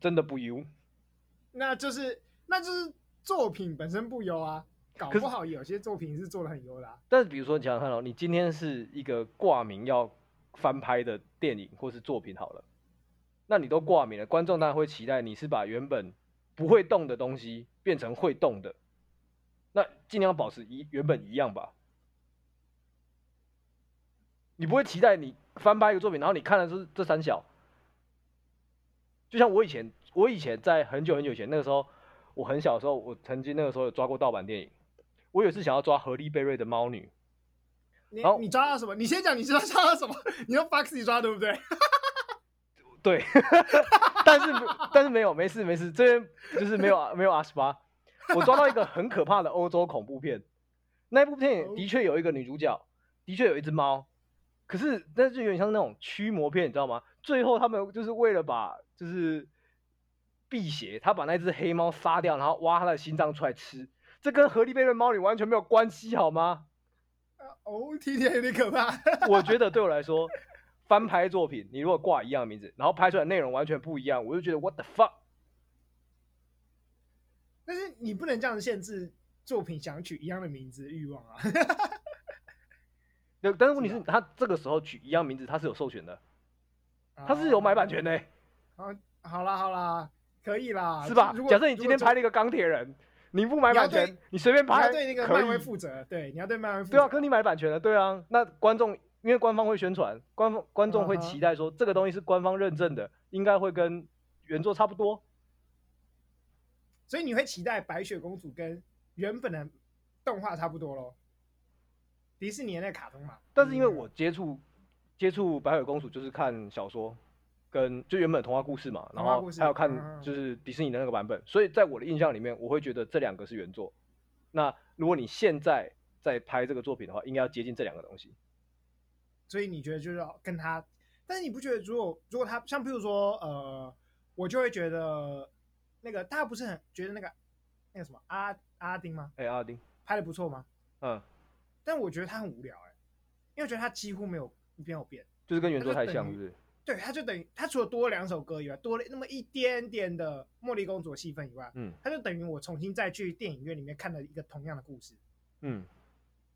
[SPEAKER 2] 真的不优。
[SPEAKER 1] 那就是那就是作品本身不优啊，搞
[SPEAKER 2] 可是
[SPEAKER 1] 不好有些作品是做的很优的、啊。
[SPEAKER 2] 但是比如说你想想看哦，你今天是一个挂名要翻拍的电影或是作品好了，那你都挂名了，观众当然会期待你是把原本不会动的东西变成会动的，那尽量保持一原本一样吧。你不会期待你翻拍一个作品，然后你看了这这三小，就像我以前，我以前在很久很久以前，那个时候我很小的时候，我曾经那个时候有抓过盗版电影，我有一次想要抓荷丽贝瑞的猫女，
[SPEAKER 1] 你
[SPEAKER 2] 好
[SPEAKER 1] 你抓到什么？你先讲，你知道抓到什么？ [laughs] 你用 Foxy 抓对不对？
[SPEAKER 2] 对，但是不 [laughs] 但是没有，没事没事，这边就是没有啊没有 R 十八，我抓到一个很可怕的欧洲恐怖片，那部片
[SPEAKER 1] 哦
[SPEAKER 2] 的确有一个女主角，的确有一只猫，可是但是就有点像那种驱魔片，你知道吗？最后他们就是为了把就是辟邪，他把那只黑猫杀掉，然后挖它的心脏出来吃，这跟荷丽贝瑞猫女完全没有关系，好吗？
[SPEAKER 1] 哦，听起来有点可怕。 [laughs]
[SPEAKER 2] 我觉得对我来说，翻拍作品，你如果挂一样的名字，然后拍出来的内容完全不一样，我就觉得 what the fuck。
[SPEAKER 1] 但是你不能这样子限制作品想取一样的名字的欲望啊。
[SPEAKER 2] 对，但是问题
[SPEAKER 1] 是
[SPEAKER 2] 是，他这个时候取一样名字，他是有授权的， [laughs]
[SPEAKER 1] 啊
[SPEAKER 2] 他是有买版权的、
[SPEAKER 1] 好啦好啦，可以啦，
[SPEAKER 2] 是吧
[SPEAKER 1] 啊如？果
[SPEAKER 2] 假设你今天拍
[SPEAKER 1] 如
[SPEAKER 2] 了一个钢铁人，你不买
[SPEAKER 1] 你要
[SPEAKER 2] 版权
[SPEAKER 1] 对，
[SPEAKER 2] 你随便
[SPEAKER 1] 果你
[SPEAKER 2] 拍，
[SPEAKER 1] 要对那个
[SPEAKER 2] 可
[SPEAKER 1] 漫威
[SPEAKER 2] 以。
[SPEAKER 1] 负责，对，你要对漫威负责。
[SPEAKER 2] 对啊，可是你买版权了，对啊，那观众因为官方会宣传，官方观众会
[SPEAKER 1] 嗯哼
[SPEAKER 2] 期待说这个东西是官方认证的，应该会跟原作差不多。
[SPEAKER 1] 所以你会期待白雪公主跟原本的动画差不多咯。迪士尼的那个卡通嘛。
[SPEAKER 2] 但是因为
[SPEAKER 1] 嗯
[SPEAKER 2] 我接触接触白雪公主就是看小说，跟就原本童话故事嘛，然
[SPEAKER 1] 童话
[SPEAKER 2] 后
[SPEAKER 1] 故事
[SPEAKER 2] 还有
[SPEAKER 1] 嗯
[SPEAKER 2] 看
[SPEAKER 1] 嗯
[SPEAKER 2] 就是迪士尼的那个版本，所以在我的印象里面，我会觉得这两个是原作。那如果你现在在拍这个作品的话，应该要接近这两个东西。
[SPEAKER 1] 所以你觉得就是要跟他，但是你不觉得如果如果他像譬如说呃，我就会觉得那个大家不是很觉得那个那个什么阿阿丁吗？
[SPEAKER 2] 哎、阿丁，
[SPEAKER 1] 拍的不错吗？
[SPEAKER 2] 嗯，
[SPEAKER 1] 但我觉得他很无聊哎、因为我觉得他几乎没有没有变，
[SPEAKER 2] 就是跟原
[SPEAKER 1] 那
[SPEAKER 2] 作
[SPEAKER 1] 就
[SPEAKER 2] 太
[SPEAKER 1] 等
[SPEAKER 2] 像，是
[SPEAKER 1] 于
[SPEAKER 2] 不是？
[SPEAKER 1] 对，他就等于他除了多两首歌以外，多了那么一点点的茉莉公主的戏份以外，
[SPEAKER 2] 嗯
[SPEAKER 1] 他就等于我重新再去电影院里面看了一个同样的故事，
[SPEAKER 2] 嗯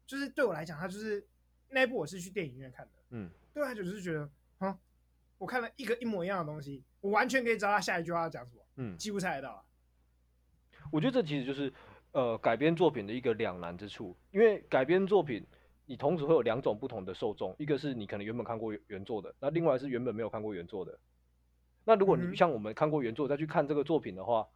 [SPEAKER 1] 就是对我来讲，他就是那一部我是去电影院看的，
[SPEAKER 2] 嗯，
[SPEAKER 1] 对我来讲就是觉得，啊，我看了一个一模一样的东西，我完全可以知道他下一句话要讲什么，
[SPEAKER 2] 嗯，
[SPEAKER 1] 几乎猜得到啊。
[SPEAKER 2] 我觉得这其实就是呃改编作品的一个两难之处，因为改编作品你同时会有两种不同的受众，一个是你可能原本看过原原作的，那另外是原本没有看过原作的。那如果
[SPEAKER 1] 嗯哼
[SPEAKER 2] 你像我们看过原作再去看这个作品的话，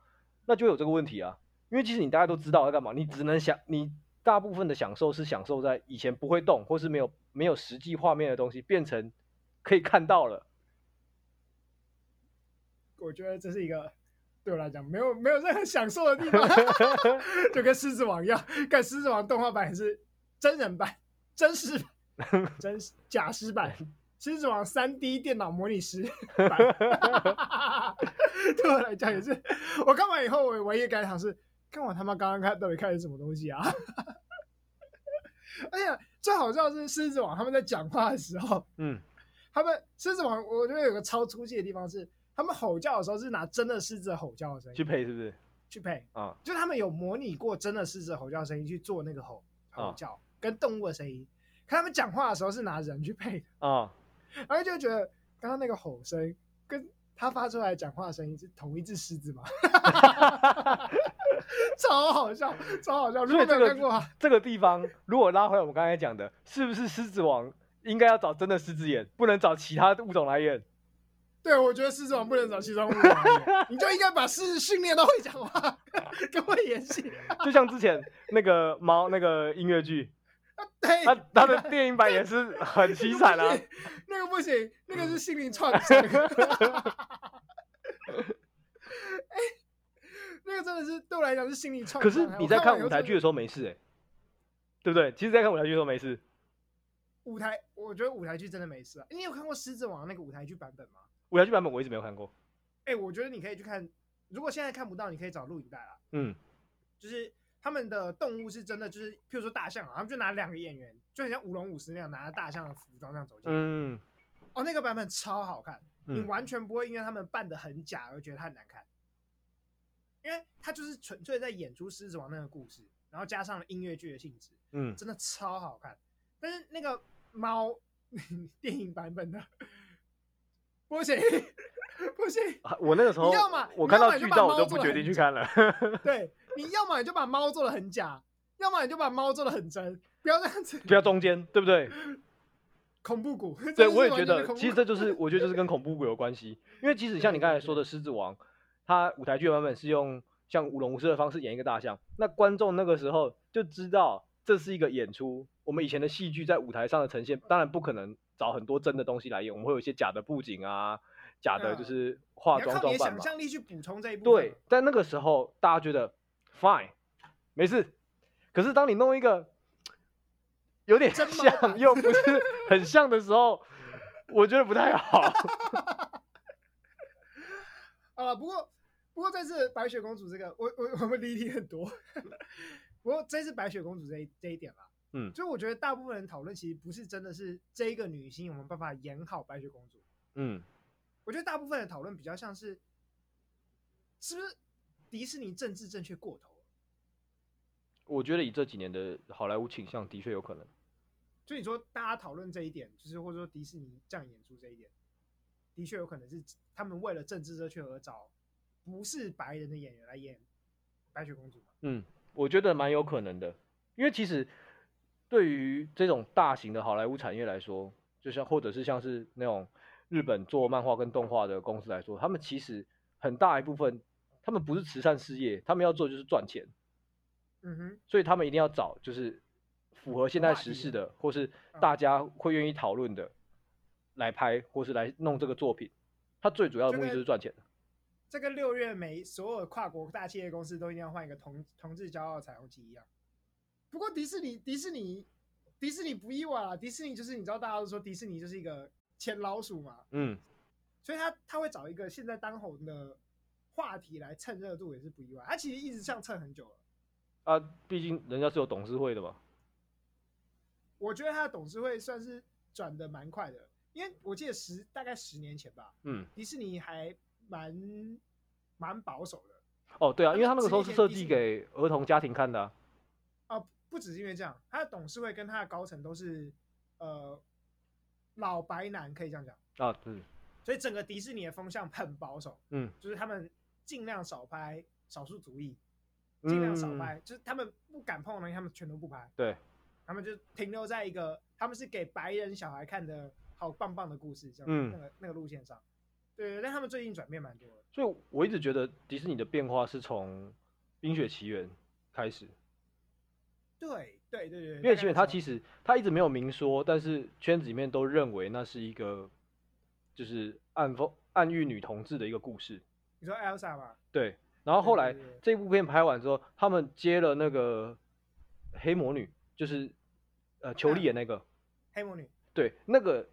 [SPEAKER 2] 那就会有这个问题啊，因为其实你大家都知道要干嘛，你只能想你大部分的享受是享受在以前不会动或是没有没有实际画面的东西变成可以看到了。
[SPEAKER 1] 我觉得这是一个对我来讲没有没有任何享受的地方，就跟狮子王一样，看狮子王动画版也是真人版、真实版、真实假尸版，狮子王三 D 电脑模拟师版，对我来讲也是。我看完以后，我唯一的感想是，看我他妈刚刚看到底看的是什么东西啊！ [laughs] 而且最好笑的是狮子王他们在讲话的时候，
[SPEAKER 2] 嗯，
[SPEAKER 1] 他们狮子王，我觉得有个超出戏的地方是，他们吼叫的时候是拿真的狮子的吼叫的声
[SPEAKER 2] 去
[SPEAKER 1] 音
[SPEAKER 2] 配是不是？
[SPEAKER 1] 去配，
[SPEAKER 2] 啊，
[SPEAKER 1] 就是他们有模拟过真的狮子的吼叫声音去做那个吼吼
[SPEAKER 2] 啊
[SPEAKER 1] 叫、跟动物的声音，可他们讲话的时候是拿人去配的，
[SPEAKER 2] 啊，
[SPEAKER 1] 然后就觉得刚刚那个吼声跟他发出来讲话的声音是同一只狮子吗？ [laughs] 超好笑，超好笑！如
[SPEAKER 2] 所
[SPEAKER 1] 果没
[SPEAKER 2] 以这
[SPEAKER 1] 有看过
[SPEAKER 2] 个
[SPEAKER 1] 啊，
[SPEAKER 2] 这个地方，如果拉回来我们刚才讲的，是不是狮子王应该要找真的狮子演，不能找其他物种来演？ [laughs]
[SPEAKER 1] 对，我觉得狮子王不能找西装裤啊，你就应该把狮子训练到会讲话，跟会演戏。
[SPEAKER 2] 就像之前那个猫那个音乐剧，
[SPEAKER 1] 对，
[SPEAKER 2] 它它的电影版也是很凄惨啊。
[SPEAKER 1] [laughs] 那个不行，那个是心灵创
[SPEAKER 2] 嗯 [laughs]
[SPEAKER 1] 伤。哎，那个真的是对我来讲是心灵创伤。哎
[SPEAKER 2] 可是你在看舞台剧的时候没事哎、对不对？其实，在看舞台剧的时候没事，
[SPEAKER 1] 候，舞台我觉得舞台剧真的没事、啊。你有看过《狮子王》那个舞台剧版本吗？
[SPEAKER 2] 舞台剧版本我一直没有看过。
[SPEAKER 1] 哎，我觉得你可以去看，如果现在看不到，你可以找录影带啦。
[SPEAKER 2] 嗯
[SPEAKER 1] 就是他们的动物是真的，就是譬如说大象啊，他们就拿两个演员，就很像舞龙舞狮那样拿着大象的服装这样走进去。
[SPEAKER 2] 嗯
[SPEAKER 1] 哦，那个版本超好看。你
[SPEAKER 2] 嗯
[SPEAKER 1] 完全不会因为他们扮的很假而觉得它很难看，因为他就是纯粹在演出《狮子王》那个故事，然后加上了音乐剧的性质，
[SPEAKER 2] 嗯，
[SPEAKER 1] 真的超好看。但是那个猫 [laughs] 电影版本的不行，不
[SPEAKER 2] [laughs]
[SPEAKER 1] 行，
[SPEAKER 2] 啊我那个时候
[SPEAKER 1] 你要嘛
[SPEAKER 2] 我
[SPEAKER 1] 你
[SPEAKER 2] 看
[SPEAKER 1] 要
[SPEAKER 2] 到
[SPEAKER 1] 嘛就
[SPEAKER 2] 剧
[SPEAKER 1] 把
[SPEAKER 2] 照
[SPEAKER 1] 猫
[SPEAKER 2] 我就
[SPEAKER 1] 做得
[SPEAKER 2] 不决
[SPEAKER 1] 很
[SPEAKER 2] 定去
[SPEAKER 1] 假
[SPEAKER 2] 看了。 [laughs]
[SPEAKER 1] 对，你要么你就把猫做的很假，要么你就把猫做的很真，不要这样子
[SPEAKER 2] 不要中间，对不对？
[SPEAKER 1] 恐怖谷。 [laughs] 真的
[SPEAKER 2] 对，
[SPEAKER 1] 是
[SPEAKER 2] 我也
[SPEAKER 1] 完全
[SPEAKER 2] 觉
[SPEAKER 1] 的
[SPEAKER 2] 得，
[SPEAKER 1] 恐怖
[SPEAKER 2] 其实
[SPEAKER 1] 谷
[SPEAKER 2] 这就是我觉得这是跟恐怖谷有关系，因为即使像你刚才说的《狮子王》，它舞台剧版本是用像舞龙舞狮的方式演一个大象，那观众那个时候就知道这是一个演出。我们以前的戏剧在舞台上的呈现，当然不可能找很多真的东西来演，我们会有一些假的布景啊，假的就
[SPEAKER 1] 嗯
[SPEAKER 2] 是化
[SPEAKER 1] 你要
[SPEAKER 2] 妆
[SPEAKER 1] 靠你的
[SPEAKER 2] 装扮
[SPEAKER 1] 想
[SPEAKER 2] 嘛。
[SPEAKER 1] 象力去补充这一部分
[SPEAKER 2] 对，但那个时候大家觉得 fine 没事，可是当你弄一个有点
[SPEAKER 1] 真猫
[SPEAKER 2] 像
[SPEAKER 1] 版
[SPEAKER 2] 又不是 [laughs] 很像的时候，我觉得不太好。
[SPEAKER 1] 啊，不过不过这次白雪公主这个，我我我们离题很多。 [laughs] 不过这次白雪公主这一这一点啦，
[SPEAKER 2] 嗯
[SPEAKER 1] 所以我觉得大部分人讨论其实不是真的是这一个女星有没有办法演好白雪公主，
[SPEAKER 2] [laughs] 嗯
[SPEAKER 1] 我觉得大部分的讨论比较像是是不是迪士尼政治正确过头了，
[SPEAKER 2] 我觉得以这几年的好莱坞倾向，的确有可能。
[SPEAKER 1] 所以你说大家讨论这一点，就是或者说迪士尼这样演出这一点，的确有可能是他们为了政治正确而找不是白人的演员来演白雪公主嘛？
[SPEAKER 2] 嗯，我觉得蛮有可能的，因为其实对于这种大型的好莱坞产业来说，就像或者是像是那种日本做漫画跟动画的公司来说，他们其实很大一部分，他们不是慈善事业，他们要做就是赚钱，
[SPEAKER 1] 嗯哼，
[SPEAKER 2] 所以他们一定要找就是符合现在时事的，嗯或是大家会愿意讨论的来拍，或是来弄这个作品。它最主要的目的就是赚钱。
[SPEAKER 1] 这跟六月每所有跨国大企业公司都一定要换一个同同志骄傲彩虹旗一样。不过迪士尼，迪士尼，迪士尼不意外啦。迪士尼就是你知道，大家都说迪士尼就是一个钱老鼠嘛，
[SPEAKER 2] 嗯，
[SPEAKER 1] 所以他他会找一个现在当红的话题来蹭热度也是不意外。他其实一直这样蹭很久了。
[SPEAKER 2] 啊，毕竟人家是有董事会的嘛。
[SPEAKER 1] 我觉得他的董事会算是转的蛮快的，因为我记得十大概十年前吧，
[SPEAKER 2] 嗯，
[SPEAKER 1] 迪士尼还蛮蛮保守的
[SPEAKER 2] 哦，对啊，因为他那个时候是设
[SPEAKER 1] 职业线
[SPEAKER 2] 计
[SPEAKER 1] 第
[SPEAKER 2] 给儿童家庭看的、啊。
[SPEAKER 1] 啊、不只是因为这样，他的董事会跟他的高层都是呃老白男，可以这样讲，
[SPEAKER 2] 啊，对，
[SPEAKER 1] 所以整个迪士尼的风向很保守，
[SPEAKER 2] 嗯，
[SPEAKER 1] 就是他们尽量少拍少数族裔，
[SPEAKER 2] 嗯
[SPEAKER 1] 尽量少拍，就是他们不敢碰的东西，他们全都不拍，
[SPEAKER 2] 对，
[SPEAKER 1] 他们就停留在一个他们是给白人小孩看的好棒棒的故事，这样、
[SPEAKER 2] 嗯
[SPEAKER 1] 那个那个路线上，对，但他们最近转变蛮多的，
[SPEAKER 2] 所以我一直觉得迪士尼的变化是从《冰雪奇缘》开始，
[SPEAKER 1] 对对对对，
[SPEAKER 2] 因为奇缘它其
[SPEAKER 1] 实
[SPEAKER 2] 实它一直没有明说，但是圈子里面都认为那是一个就是暗讽暗喻女同志的一个故事。
[SPEAKER 1] 你说 Elsa 嘛，
[SPEAKER 2] 对，然后后来
[SPEAKER 1] 对对对
[SPEAKER 2] 这部片拍完之后，他们接了那个黑魔女，就是呃裘丽演那个，
[SPEAKER 1] 黑魔女，
[SPEAKER 2] 对，那个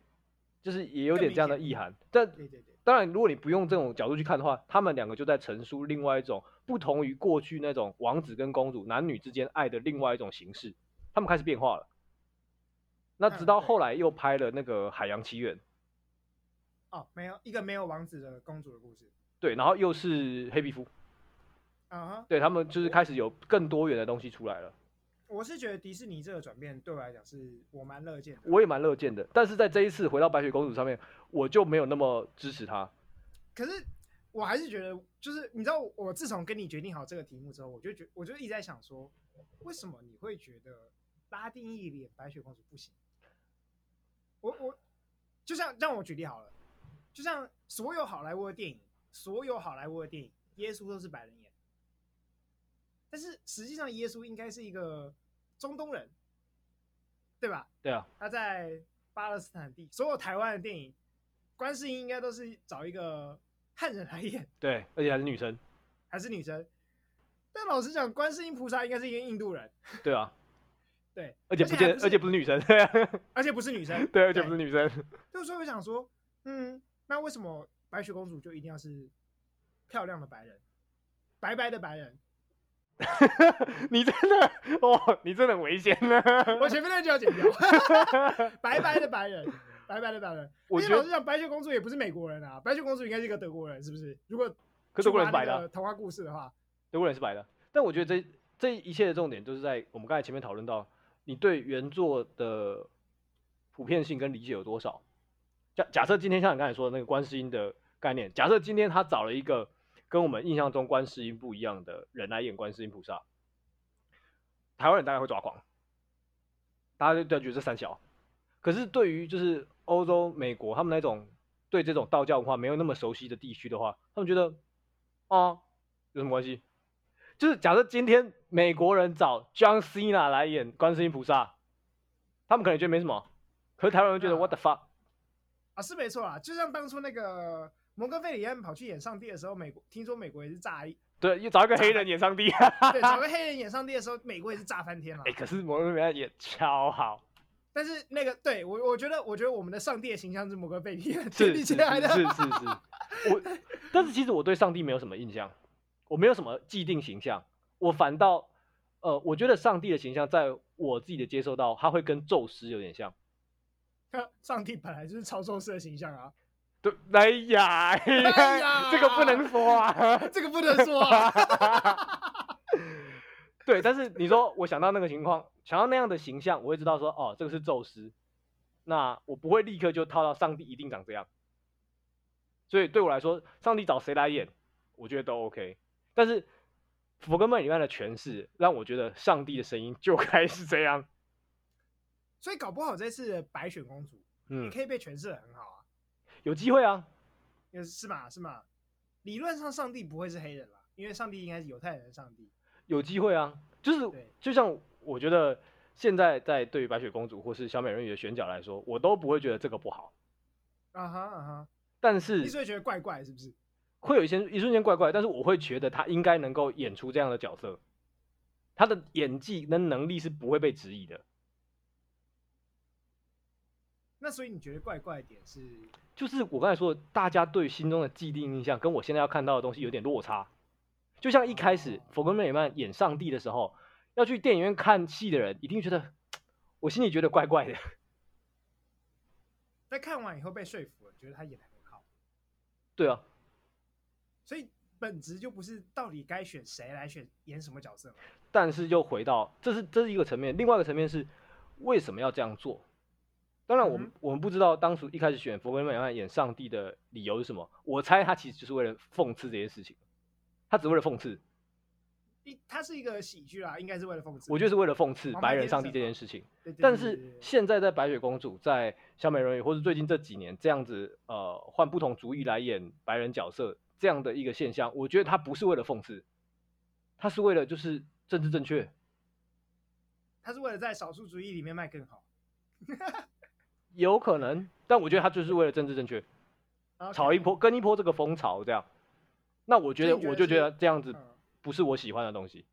[SPEAKER 2] 就是也有
[SPEAKER 1] 更
[SPEAKER 2] 点
[SPEAKER 1] 明
[SPEAKER 2] 这样的
[SPEAKER 1] 显
[SPEAKER 2] 意涵，但
[SPEAKER 1] 对对对，
[SPEAKER 2] 当然，如果你不用这种角度去看的话，他们两个就在陈述另外一种不同于过去那种王子跟公主男女之间爱的另外一种形式，他们开始变化了。那直到
[SPEAKER 1] 嗯对
[SPEAKER 2] 后来又拍了那个《海洋奇缘》，
[SPEAKER 1] 哦，没有一个没有王子的公主的故事，
[SPEAKER 2] 对，然后又是黑皮肤，
[SPEAKER 1] 啊哈，
[SPEAKER 2] 对他们就是开始有更多元的东西出来了，
[SPEAKER 1] 我是觉得迪士尼这个转变对我来讲是我蛮乐见的，
[SPEAKER 2] 我也蛮乐见的。但是在这一次回到白雪公主上面，我就没有那么支持她。
[SPEAKER 1] 可是我还是觉得，就是你知道，我自从跟你决定好这个题目之后，我就觉我就一直在想说，为什么你会觉得拉丁裔演白雪公主不行？我我就像让我举例好了，就像所有好莱坞的电影，所有好莱坞的电影，耶稣都是白人演，但是实际上耶稣应该是一个中东人，对吧？
[SPEAKER 2] 对啊，
[SPEAKER 1] 他在巴勒斯坦地，所有台湾的电影，观世音应该都是找一个汉人来演，
[SPEAKER 2] 对，而且还是女生，
[SPEAKER 1] 还是女生。但老实讲，观世音菩萨应该是一个印度人，
[SPEAKER 2] 对啊，
[SPEAKER 1] 对，
[SPEAKER 2] 而且不
[SPEAKER 1] 还
[SPEAKER 2] 见，而且不是女生，对啊， [laughs]
[SPEAKER 1] 而且不是女生，
[SPEAKER 2] 对，而且不是女生，
[SPEAKER 1] 就是我想说，嗯，那为什么白雪公主就一定要是漂亮的白人，白白的白
[SPEAKER 2] [laughs]
[SPEAKER 1] 人？
[SPEAKER 2] 你真的哦，你真的很危险呢。
[SPEAKER 1] 我前面那句要剪掉， [laughs] 白白的白人，白白的白人。
[SPEAKER 2] [laughs] 我
[SPEAKER 1] 因
[SPEAKER 2] 觉
[SPEAKER 1] 为老
[SPEAKER 2] 得
[SPEAKER 1] 实，讲，白雪公主也不是美国人啊，白雪公主应该是一个德国人，是不是？如果
[SPEAKER 2] 可德国人是
[SPEAKER 1] 去挖
[SPEAKER 2] 白的
[SPEAKER 1] 那
[SPEAKER 2] 啊，
[SPEAKER 1] 个童话故事的话，
[SPEAKER 2] 德国人是白的啊。但我觉得这这一切的重点就是在我们刚才前面讨论到，你对原作的普遍性跟理解有多少？假假设今天像你刚才说的那个观世音的概念，假设今天他找了一个跟我们印象中观世音不一样的人来演观世音菩萨，台湾人大概会抓狂，大家就都觉得这三小。可是对于就是欧洲、美国他们那种对这种道教文化没有那么熟悉的地区的话，他们觉得啊有什么关系？就是假设今天美国人找 John Cena 来演观世音菩萨，他们可能觉得没什么，可是台湾人觉得
[SPEAKER 1] 啊
[SPEAKER 2] What the fuck？
[SPEAKER 1] 啊，是没错啊，就像当初那个摩根费里安跑去演上帝的时候，美国听说美国也是炸一，
[SPEAKER 2] [laughs] 对，又找一个黑人演上帝。 [laughs] 哎、
[SPEAKER 1] 对，找个黑人演上帝的时候，美国也是炸翻天了。
[SPEAKER 2] 可是摩根费里安演超好，
[SPEAKER 1] 但是那个对我，我觉得，我觉得我们的上帝的形象是摩根费里安
[SPEAKER 2] [laughs]
[SPEAKER 1] 建
[SPEAKER 2] 是
[SPEAKER 1] 立
[SPEAKER 2] 是
[SPEAKER 1] 起
[SPEAKER 2] 是
[SPEAKER 1] 来的。[laughs]
[SPEAKER 2] 是是是，我，但是其实我对上帝没有什么印象，我没有什么既定形象，我反倒，呃，我觉得上帝的形象在我自己的接受到，他会跟宙斯有点像，
[SPEAKER 1] 上帝本来就是超宙斯的形象啊，
[SPEAKER 2] 对，哎呀，哎呀
[SPEAKER 1] 哎呀
[SPEAKER 2] [laughs] 这个不能说啊。
[SPEAKER 1] 这个不能说啊。 [laughs]
[SPEAKER 2] [laughs] 对，但是你说我想到那个情况，想到那样的形象，我会知道说，哦，这个是宙斯，那我不会立刻就套到上帝一定长这样。所以对我来说，上帝找谁来演，我觉得都 OK。但是福格曼里面的诠释，让我觉得上帝的声音就 [laughs] 该是这样。
[SPEAKER 1] 所以搞不好这次的白雪公主
[SPEAKER 2] 嗯，
[SPEAKER 1] 可以被诠释的很好啊，
[SPEAKER 2] 有机会啊，
[SPEAKER 1] 因为是嘛是嘛，理论上上帝不会是黑人啦，因为上帝应该是犹太人的上帝。
[SPEAKER 2] 有机会啊，就是
[SPEAKER 1] 对
[SPEAKER 2] 就像我觉得现在在对于白雪公主或是小美人鱼的选角来说，我都不会觉得这个不好，
[SPEAKER 1] 啊哈啊哈，
[SPEAKER 2] 但
[SPEAKER 1] 你
[SPEAKER 2] 是
[SPEAKER 1] 是会觉得怪怪是不是？
[SPEAKER 2] 会有一些一瞬间怪怪，但是我会觉得她应该能够演出这样的角色，她的演技跟能力是不会被质疑的，
[SPEAKER 1] 那所以你觉得怪怪的点是
[SPEAKER 2] 就是我刚才说的，大家对心中的既定印象跟我现在要看到的东西有点落差。就像一开始
[SPEAKER 1] 哦
[SPEAKER 2] 佛格美曼演上帝的时候，要去电影院看戏的人一定觉得，我心里觉得怪怪的。 [laughs]
[SPEAKER 1] 在看完以后被说服了，觉得他演的很好，
[SPEAKER 2] 对啊，
[SPEAKER 1] 所以本质就不是到底该选谁来选演什么角色嘛。
[SPEAKER 2] 但是又回到这是这是一个层面，另外一个层面是为什么要这样做？当然，我们、
[SPEAKER 1] 嗯
[SPEAKER 2] 我们不知道当初一开始选佛格曼曼演上帝的理由是什么。我猜他其实就是为了讽刺这些事情，他只为了讽刺，
[SPEAKER 1] 一，它是一个喜剧啦，应该是为了讽刺。
[SPEAKER 2] 我觉得是为了讽刺
[SPEAKER 1] 王牌
[SPEAKER 2] 白人
[SPEAKER 1] 天
[SPEAKER 2] 上帝
[SPEAKER 1] 神
[SPEAKER 2] 这
[SPEAKER 1] 嘛
[SPEAKER 2] 件事情。
[SPEAKER 1] 对，对
[SPEAKER 2] 但
[SPEAKER 1] 对对对
[SPEAKER 2] 是
[SPEAKER 1] 对
[SPEAKER 2] 现在在白雪公主、在小美人鱼，或是最近这几年这样子，呃，换不同族裔来演白人角色这样的一个现象，我觉得他不是为了讽刺，他是为了就是政治正确。
[SPEAKER 1] 他是为了在少数主义里面卖更好，
[SPEAKER 2] 有可能，但我觉得他就是为了政治正确，
[SPEAKER 1] 然后
[SPEAKER 2] 炒一波，跟一波这个风潮这样。那我觉
[SPEAKER 1] 所以
[SPEAKER 2] 得，
[SPEAKER 1] 你觉得
[SPEAKER 2] 我就觉
[SPEAKER 1] 是
[SPEAKER 2] 得这样子
[SPEAKER 1] 嗯
[SPEAKER 2] 不是我喜欢的东西。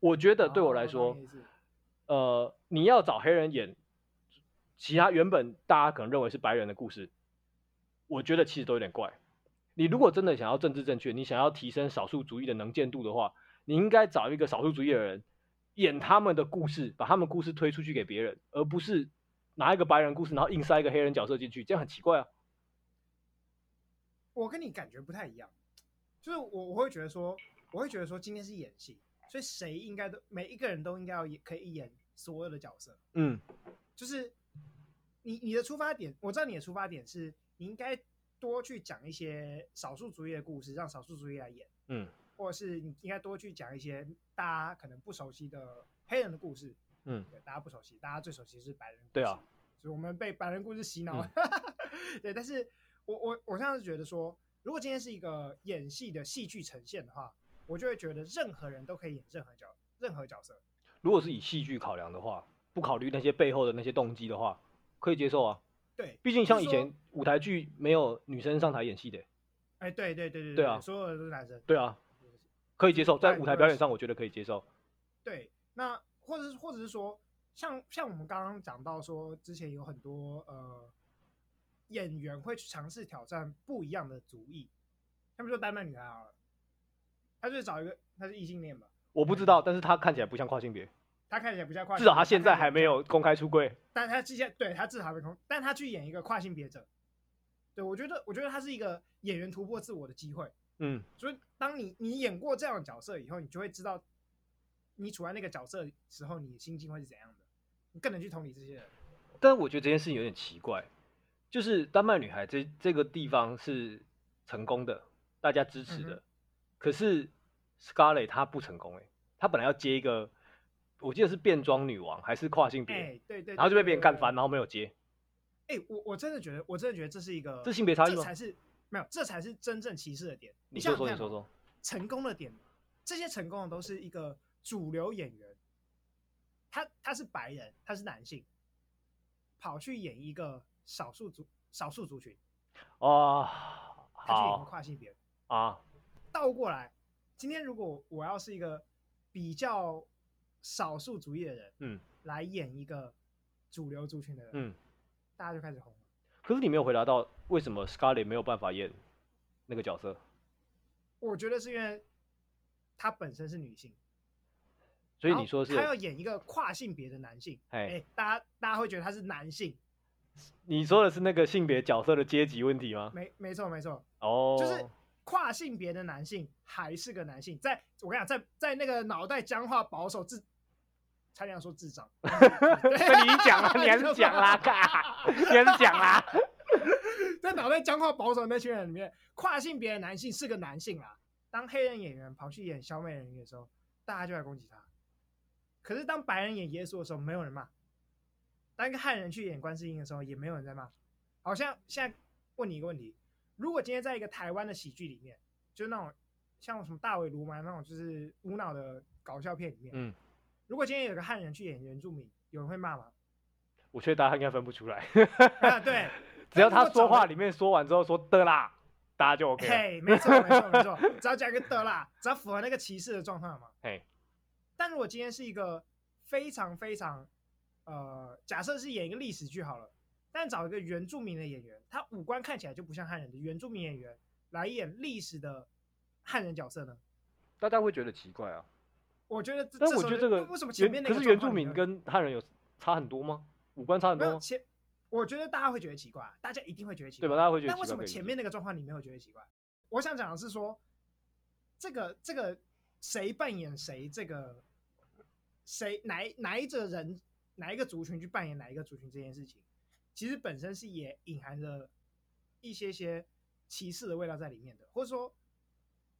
[SPEAKER 2] 我觉得对我来
[SPEAKER 1] 哦
[SPEAKER 2] 说
[SPEAKER 1] 懂你，意思
[SPEAKER 2] 呃，你要找黑人演其他原本大家可能认为是白人的故事，我觉得其实都有点怪。你如果真的想要政治正确，你想要提升少数族裔的能见度的话，你应该找一个少数族裔的人演他们的故事，把他们故事推出去给别人，而不是拿一个白人故事，然后硬塞一个黑人角色进去，这样很奇怪啊。
[SPEAKER 1] 我跟你感觉不太一样，就是我我会觉得说，我会觉得说今天是演戏，所以谁应该都每一个人都应该要演可以演所有的角色，
[SPEAKER 2] 嗯，
[SPEAKER 1] 就是你你的出发点，我知道你的出发点是你应该多去讲一些少数族裔的故事，让少数族裔来演，
[SPEAKER 2] 嗯，
[SPEAKER 1] 或者是你应该多去讲一些大家可能不熟悉的黑人的故事，
[SPEAKER 2] 嗯
[SPEAKER 1] 对，大家不熟悉，大家最熟悉是白人，
[SPEAKER 2] 对啊，嗯
[SPEAKER 1] 所以我们被白人故事洗脑， [laughs] 对，但是我我我现在是觉得说，如果今天是一个演戏的戏剧呈现的话，我就会觉得任何人都可以演任何角任何角色，
[SPEAKER 2] 如果是以戏剧考量的话，不考虑那些背后的那些动机的话，可以接受啊。
[SPEAKER 1] 对，
[SPEAKER 2] 毕竟像以
[SPEAKER 1] 就是
[SPEAKER 2] 前舞台剧没有女生上台演戏的欸、
[SPEAKER 1] 哎，对对对对
[SPEAKER 2] 对啊
[SPEAKER 1] 所有的都是男生，
[SPEAKER 2] 对啊，可以接受，在
[SPEAKER 1] 对
[SPEAKER 2] 舞台表演上我觉得可以接受。
[SPEAKER 1] 对，那或者是或者是说，像像我们刚刚讲到说，之前有很多呃演员会去尝试挑战不一样的族裔，他们说丹麦女孩好了，她就是找一个她是异性恋嘛，
[SPEAKER 2] 我不
[SPEAKER 1] 嗯
[SPEAKER 2] 知道，但是他看起来不像跨性别，
[SPEAKER 1] 她看起来不像跨性别，
[SPEAKER 2] 至少他现在
[SPEAKER 1] 看起来
[SPEAKER 2] 还
[SPEAKER 1] 不
[SPEAKER 2] 没
[SPEAKER 1] 像，
[SPEAKER 2] 有公开出柜。
[SPEAKER 1] 但她之前对她至少还没空，但她去演一个跨性别者，对我觉得我觉得她是一个演员突破自我的机会，
[SPEAKER 2] 嗯，
[SPEAKER 1] 所以当你你演过这样的角色以后，你就会知道你处在那个角色的时候，你的心境会是怎样的，你更能去同理这些人。
[SPEAKER 2] 但我觉得这件事情有点奇怪，就是丹麦女孩这这个地方是成功的，大家支持的，
[SPEAKER 1] 嗯
[SPEAKER 2] 可是 Scarlett 她不成功哎、她本来要接一个，我记得是变装女王还是跨性别，
[SPEAKER 1] 哎、对对对
[SPEAKER 2] 然后就被别人干翻，
[SPEAKER 1] 了。
[SPEAKER 2] 然后没有接，
[SPEAKER 1] 哎、我我真的觉得，我真的觉得这是一个，
[SPEAKER 2] 这性别差异
[SPEAKER 1] 这
[SPEAKER 2] 吗
[SPEAKER 1] 才是没有，这才是真正歧视的点。
[SPEAKER 2] 你
[SPEAKER 1] 想
[SPEAKER 2] 说
[SPEAKER 1] 想看
[SPEAKER 2] 说你说
[SPEAKER 1] 嘛
[SPEAKER 2] 说，
[SPEAKER 1] 成功的点，这些成功的都是一个主流演员，他他是白人，他是男性，跑去演一个少数族少数族群，
[SPEAKER 2] 哦，
[SPEAKER 1] 他去演一个
[SPEAKER 2] 好
[SPEAKER 1] 跨性别，
[SPEAKER 2] 啊，
[SPEAKER 1] 倒过来，今天如果我要是一个比较少数族裔的人，
[SPEAKER 2] 嗯，
[SPEAKER 1] 来演一个主流族群的人，
[SPEAKER 2] 嗯，
[SPEAKER 1] 大家就开始红了。
[SPEAKER 2] 可是你没有回答到为什么 Scarlett 没有办法演那个角色，
[SPEAKER 1] 我觉得是因为她本身是女性，
[SPEAKER 2] 所以你说是
[SPEAKER 1] 哦她要演一个跨性别的男性，哎、
[SPEAKER 2] 哎
[SPEAKER 1] 大家大家会觉得他是男性，
[SPEAKER 2] 你说的是那个性别角色的阶级问题吗？
[SPEAKER 1] 没没错没错，
[SPEAKER 2] 哦，
[SPEAKER 1] 就是跨性别的男性还是个男性，在我跟你讲，在在那个脑袋僵化、保守、智，差点要说智障，
[SPEAKER 2] [laughs] 被你
[SPEAKER 1] [laughs]
[SPEAKER 2] 讲了，你还是讲啦，嘎，你还是讲啦。
[SPEAKER 1] 在脑袋僵化、保守那群人里面，跨性别的男性是个男性啊。当黑人演员跑去演小美人鱼的时候，大家就来攻击他。可是当白人演耶稣的时候，没有人骂；当一个汉人去演观世音的时候，也没有人在骂。好像现在问你一个问题：如果今天在一个台湾的喜剧里面，就是那种像什么大尾鲈鳗那种，就是无脑的搞笑片里面，
[SPEAKER 2] 嗯，
[SPEAKER 1] 如果今天有个汉人去演原住民，有人会骂吗？
[SPEAKER 2] 我觉得大家应该分不
[SPEAKER 1] [laughs]
[SPEAKER 2] 出来。
[SPEAKER 1] 啊，对，
[SPEAKER 2] [laughs] 只要
[SPEAKER 1] 但
[SPEAKER 2] 他
[SPEAKER 1] 如果
[SPEAKER 2] 说
[SPEAKER 1] 长得
[SPEAKER 2] 话里面说完之后说的啦，大家就 OK 了。
[SPEAKER 1] 嘿，没错没错没错，只要讲一个的啦，只要符合那个歧视的状况嘛。
[SPEAKER 2] 嘿，
[SPEAKER 1] 但如果今天是一个非常非常呃，假设是演一个历史剧好了，但找一个原住民的演员，他五官看起来就不像汉人的原住民演员来演历史的汉人角色呢？
[SPEAKER 2] 大家会觉得奇怪啊。
[SPEAKER 1] 我觉得这，
[SPEAKER 2] 但
[SPEAKER 1] 时
[SPEAKER 2] 我
[SPEAKER 1] 候
[SPEAKER 2] 觉得
[SPEAKER 1] 就
[SPEAKER 2] 这个
[SPEAKER 1] 为什么
[SPEAKER 2] 原
[SPEAKER 1] 前面那个
[SPEAKER 2] 可是原
[SPEAKER 1] 状况
[SPEAKER 2] 住民
[SPEAKER 1] 你
[SPEAKER 2] 跟汉人有差很多吗？五官差很
[SPEAKER 1] 没
[SPEAKER 2] 多
[SPEAKER 1] 有
[SPEAKER 2] 吗？
[SPEAKER 1] 前，我觉得大家会觉得奇怪，大家一定会觉得奇怪，
[SPEAKER 2] 对吧？大家会觉得
[SPEAKER 1] 但
[SPEAKER 2] 奇
[SPEAKER 1] 为
[SPEAKER 2] 怪
[SPEAKER 1] 什么
[SPEAKER 2] 可以理
[SPEAKER 1] 前
[SPEAKER 2] 解
[SPEAKER 1] 面那个状况你没有觉得奇怪？我想讲的是说，这个这个谁扮演谁，这个谁哪一哪一个人哪一个族群去扮演哪一个族群这件事情，其实本身是也隐含着一些些歧视的味道在里面的，或者说，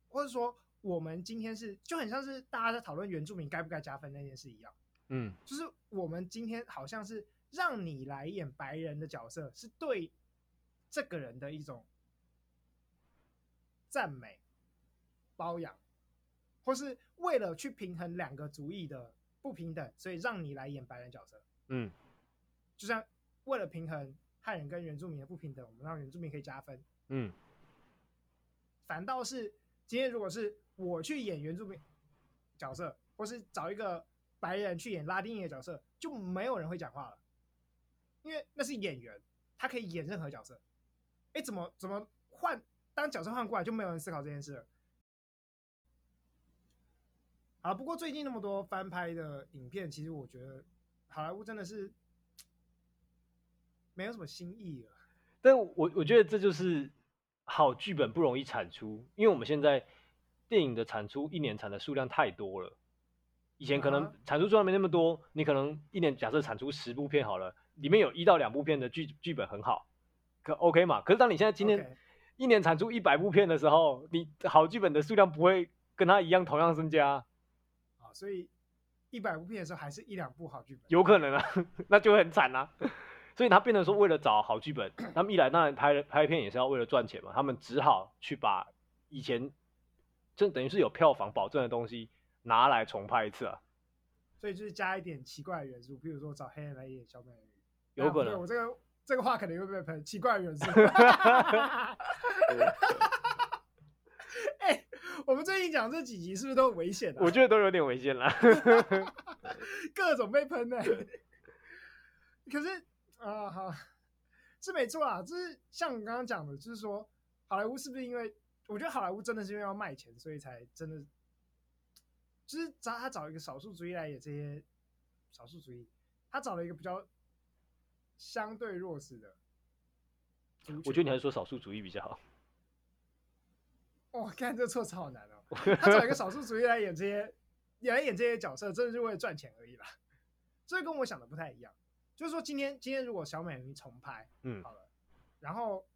[SPEAKER 1] 或者说我们今天是就很像是大家在讨论原住民该不该加分那件事一样。
[SPEAKER 2] 嗯，
[SPEAKER 1] 就是我们今天好像是让你来演白人的角色，是对这个人的一种赞美、包养，或是为了去平衡两个族裔的不平等，所以让你来演白人角色。
[SPEAKER 2] 嗯，
[SPEAKER 1] 就像为了平衡汉人跟原住民的不平等，我们让原住民可以加分，
[SPEAKER 2] 嗯，
[SPEAKER 1] 反倒是今天如果是我去演原住民角色，或是找一个白人去演拉丁裔的角色，就没有人会讲话了，因为那是演员，他可以演任何角色。哎，怎么怎么换当角色换过来就没有人思考这件事了。好，不过最近那么多翻拍的影片，其实我觉得好莱坞真的是没有什么新意了。
[SPEAKER 2] 但我我觉得这就是好剧本不容易产出，因为我们现在电影的产出一年产的数量太多了。以前可
[SPEAKER 1] 啊
[SPEAKER 2] 能
[SPEAKER 1] 哈
[SPEAKER 2] 产出数量没那么多，你可能一年假设产出十部片好了，里面有一到两部片的剧剧本很好，可 OK 嘛？可是当你现在今天
[SPEAKER 1] OK
[SPEAKER 2] 一年产出一百部片的时候，你好剧本的数量不会跟它一样同样增加，
[SPEAKER 1] 啊，所以一百部片的时候还是一两部好剧本。
[SPEAKER 2] 有可能啊， [laughs] 那就会很惨啊。所以他变成说，为了找好剧本，他们一来当然拍拍片也是要为了赚钱嘛，他们只好去把以前就等于是有票房保证的东西拿来重拍一次啊，
[SPEAKER 1] 所以就是加一点奇怪的元素，比如说找黑人来演小美人鱼，
[SPEAKER 2] 有可
[SPEAKER 1] 啊不对
[SPEAKER 2] 能
[SPEAKER 1] 我。这个这个话肯定会被喷，奇怪的元
[SPEAKER 2] [laughs]
[SPEAKER 1] 素。 [laughs] 哎、我们最近讲这几集是不是都很危险啊？
[SPEAKER 2] 我觉得都有点危险啦。 [laughs]
[SPEAKER 1] 各种被喷的、可是啊、好，是没错啊，就是像你刚刚讲的，就是说好莱坞是不是因为我觉得好莱坞真的是因为要卖钱，所以才真的就是找他找一个少数主义来演这些少数主义，他找了一个比较相对弱势的族群。
[SPEAKER 2] 我觉得你还是说少数主义比较好。
[SPEAKER 1] 哇，看这措辞好难哦。他找一个少数族裔来演这些，来演这些角色，真的是为了赚钱而已啦。这跟我想的不太一样。就是说，今天今天如果小美云重拍
[SPEAKER 2] 嗯
[SPEAKER 1] 好了，然后